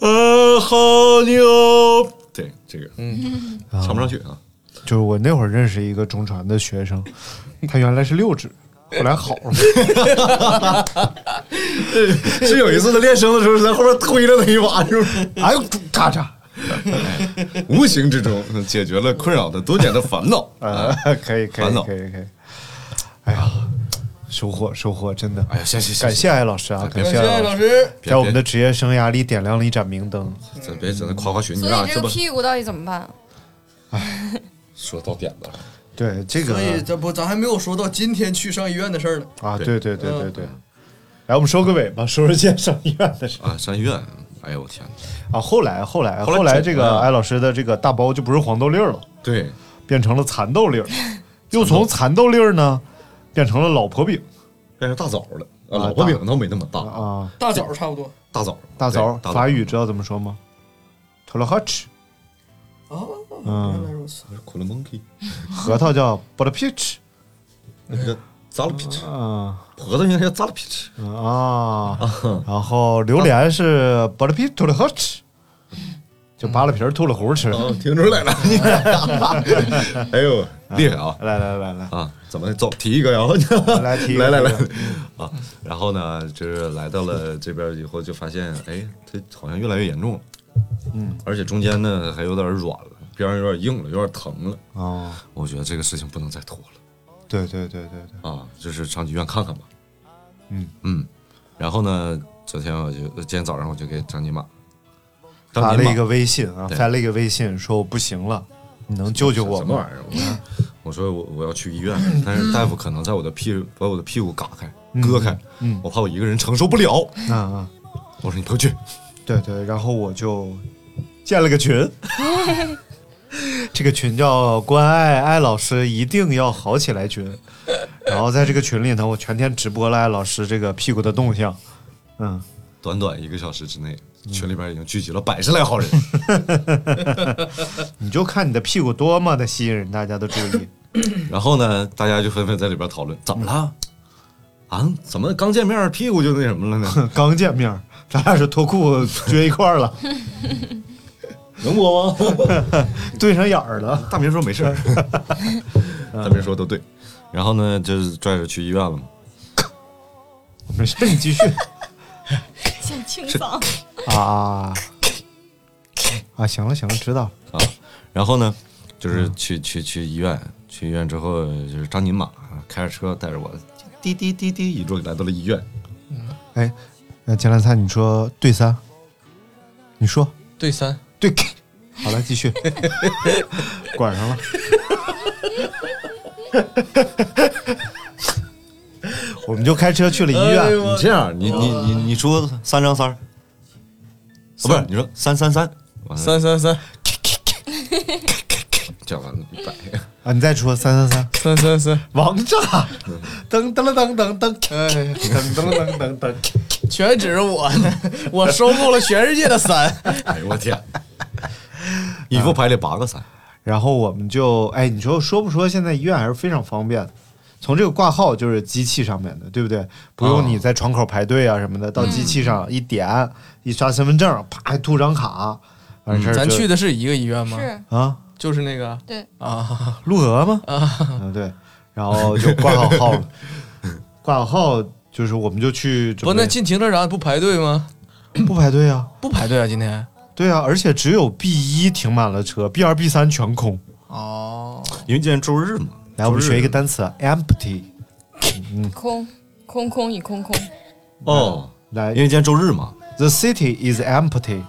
呃，好牛，对，这个，嗯， 唱不上去啊，就是我那会儿认识一个中传的学生，他原来是六指，后来好了。是有一次他练声的时候是在后面推了他一把，是不是？ 哎呦，咔嚓！ 无形之中嗯解决了困扰他多年的烦恼。啊 啊，可以可烦以恼可以可以。哎呀，收获收获，真的。哎呀，行行行，感谢艾老师啊，感感谢谢艾老老师，师。别在我们的职业生涯里点亮了一盏明灯。咱别整那夸夸群，你所俩以这这个不屁股到底怎么办？说到点子了。对这个所以这不，咱还没有说到今天去上医院的事儿呢。啊，对对对对对对。来，我们收个尾吧，说说今天上医院的事啊，上医院，哎呦我天，啊。后来后来后来后来，整这嗯了个艾老师的这个大包就不是黄豆粒儿了，对，变成了蚕豆粒 儿，又从蚕豆粒儿呢变成了老婆饼变成大枣了。啊，啊老婆大饼倒没那么大，啊。大枣差不多。大枣，大枣对大枣，法语知道怎么说吗 t o l o h a c h 哦，嗯原来如此。苦了 monkey，核桃叫 b o t p i c h 那个扎了皮 吃，啊葡萄应该叫扎了皮吃， 啊，然后榴莲是 b o t p i t o l o h a c h 就扒了皮儿吐了核儿吃。 啊，听出来了，哎呦，厉害啊！来来来来啊，怎么走？提一个，然后就来提一来个 来来提一个啊！然后呢，就是来到了这边以后，就发现哎，它好像越来越严重了，嗯，而且中间呢还有点软了，边上有点硬了，有点疼了。哦，我觉得这个事情不能再拖了。对对对对对，啊，就是上医院看看吧。嗯嗯，然后呢，昨天我就今天早上我就给张金马发张了金马一个微信啊，对发了一个微信说我不行了，你能救救我什么吗玩？意儿？我我说我我要去医院，但是大夫可能在我的屁把我的屁股嘎开、割开，嗯我怕我一个人承受不了。啊啊，我说你快去，对对，然后我就建了个群，这个群叫“关爱艾老师一定要好起来群”，然后在这个群里头，我全天直播了艾老师这个屁股的动向，嗯，短短一个小时之内，群里边已经聚集了百十 来号人。你就看你的屁股多么的吸引人大家的注意，然后呢，大家就纷纷在里边讨论怎么了。啊，怎么刚见面屁股就那什么了 呢？嗯刚见面，咱俩是脱裤子撅一块儿了，能播吗？对上眼儿了，大明说没 事儿，大明说都对。然后呢，就是拽着去医院了嘛。没事，你继续想清扫，啊啊，行了行了，知道了，啊，然后呢，就是去、去去医院，去医院之后就是张宁马开着车带着我滴滴滴滴一路来到了医院。哎，那江兰灿，你说对三，你说。对三，对， 好了，继续， 管上了。 我们就开车去了医哎院，呦你这样，你你你你说三张三儿，哦，不是，你说三三三，完了三 三三讲完了拜。啊！你再说三三三，三三三，王炸，噔噔了噔噔噔，噔噔噔噔噔，哎全指着我呢，我收购了全世界的三。哎呦 我天，一副牌里八个三，然后我们就，哎，你说说不说？现在医院还是非常方便的，从这个挂号就是机器上面的，对不对？不啊用你在窗口排队啊什么的，到机器上嗯一点，一刷身份证，啪，吐张卡，完事儿就。嗯咱去的是一个医院吗？是啊，就是那个对，啊， 陆河吗？啊，对，然后就挂好号 了，挂好号就是我们就去准不，备，那进停车场不排队吗？不排队啊，不排队啊，今天。对啊，而且只有 B 一停满了车，B 二、B 三全空。哦，因为今天周日嘛。来，我们学一个单词，empty。啊空空空以空空，哦，来因为今天周日嘛。 ，The city is empty。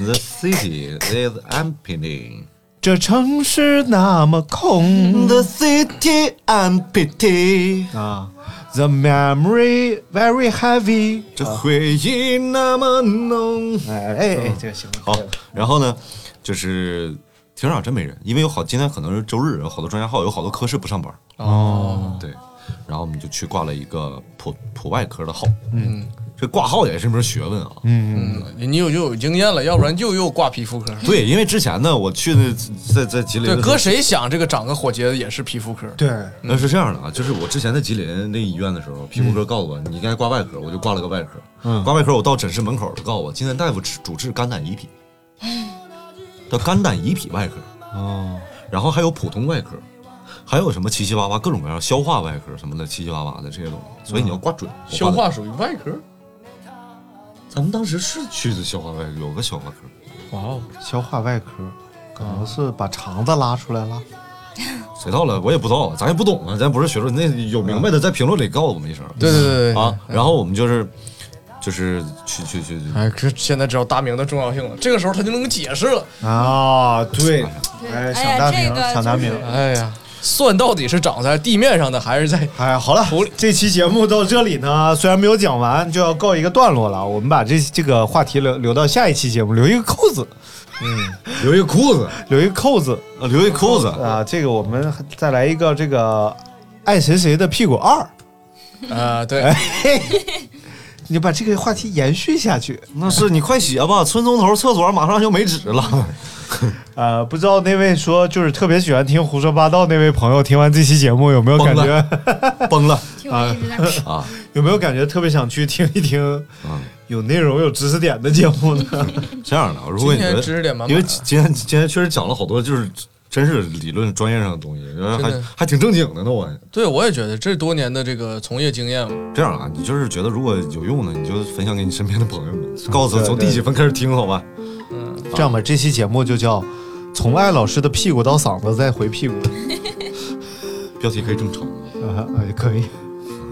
The city is empty. 这城市那么空 The city empty. 啊，The memory very heavy。这回忆那么浓。哎哎哎，这个行了。好，然后呢，就是停车场真没人，因为有好今天可能是周日，有好多专家号，有好多科室不上班。哦，对，然后我们就去挂了一个普普外科的号。嗯，这挂号也是门学问啊。嗯嗯你有就有经验了，要不然就又挂皮肤科。对，因为之前呢，我去那在在吉林的对，时候，搁谁想这个长个火疖子也是皮肤科？对，那是这样的啊，就是我之前在吉林那医院的时候，皮肤科告诉我你应该挂外科，我就挂了个外科。嗯挂外科，我到诊室门口，他告诉我今天大夫只主治肝胆胰脾，叫肝胆胰脾外科，哦，然后还有普通外科，还有什么七七八八各种各样消化外科什么的七七八八的这些东西，所以你要挂准。我挂的嗯消化，属于外科。咱们当时是去的消化外科，有个消化科，哇哦，消化外科，可能是把肠子拉出来了。谁到了我也不知道，咱也不懂啊，咱不是学术，那有明白的在评论里告诉我们一声。对对对对嗯啊，然后我们就是就是去去去去哎，可现在知道大明的重要性了，这个时候他就能解释了。啊，对，哎，哎呀想大这名，个想大就名是。哎呀，蒜到底是长在地面上的，还是 在哎，好了狐狸，这期节目到这里呢，虽然没有讲完，就要告一个段落了。我们把这这个话题留留到下一期节目，留一个扣子， 留一裤子，留一个扣子啊留一裤嗯子。啊。这个我们再来一个这个爱谁谁的屁股二，啊？对，哎你把这个话题延续下去。那是你快写吧，村东头厕所马上就没纸了。 呃，不知道那位说就是特别喜欢听胡说八道那位朋友，听完这期节目有没有感崩觉了？崩了听我嗯一直在那儿啊！ 有没有感觉特别想去听一听有内容、有知识点的节目呢？这样的，如果你觉今天知识点得，满满啊因为今天今天确实讲了好多，就是真是理论专业上的东西，还的还挺正经的呢。我对，我也觉得这多年的这个从业经验嘛，这样啊，你就是觉得如果有用的，你就分享给你身边的朋友 们，告诉从第几分开始听，好吧？这样吧，这期节目就叫《从爱老师的屁股到嗓子再回屁股》标题可以这么长， 啊，哎，可以。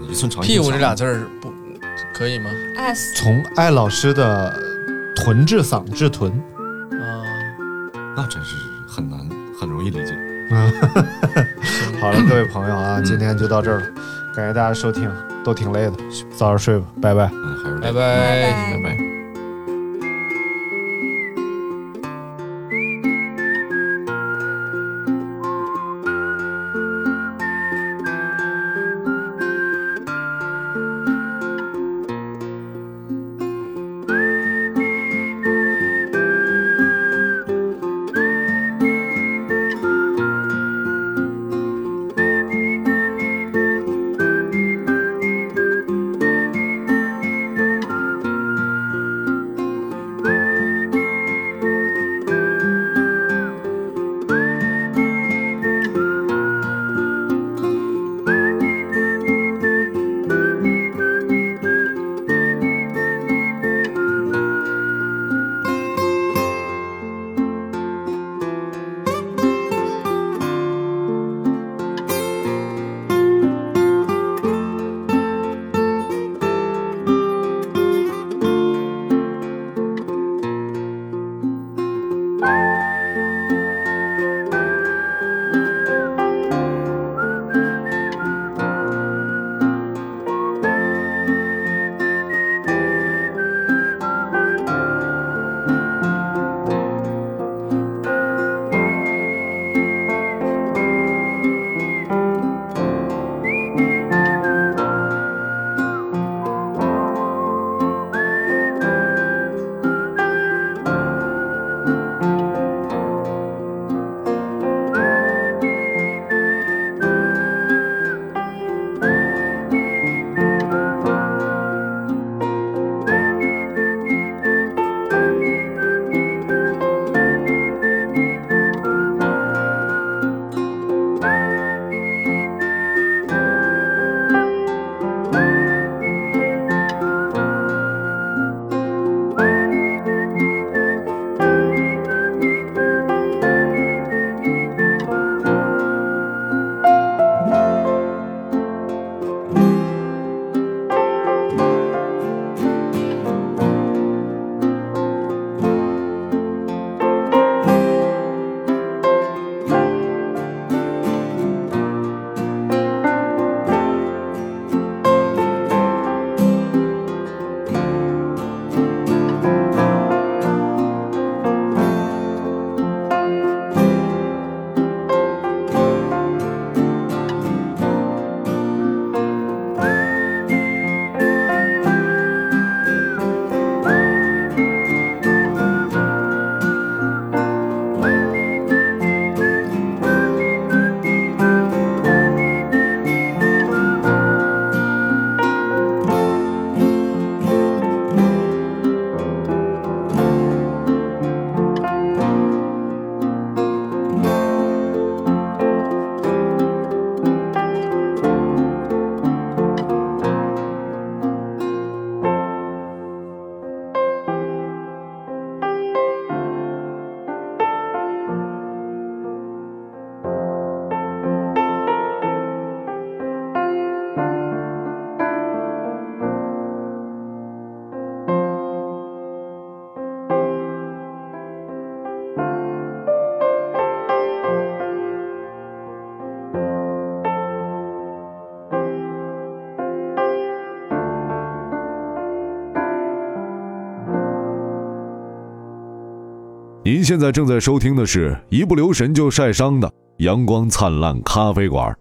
一寸长一寸屁股这长俩字儿不可以吗？ S 从爱老师的臀至嗓至臀啊，哎那真是很难，很容易理解。啊。好了，各位朋友啊，今天就到这儿了，感谢大家收听，都挺累的，早点睡吧，拜拜。嗯，还是拜拜拜拜拜。您现在正在收听的是一不留神就晒伤的阳光灿烂咖啡馆。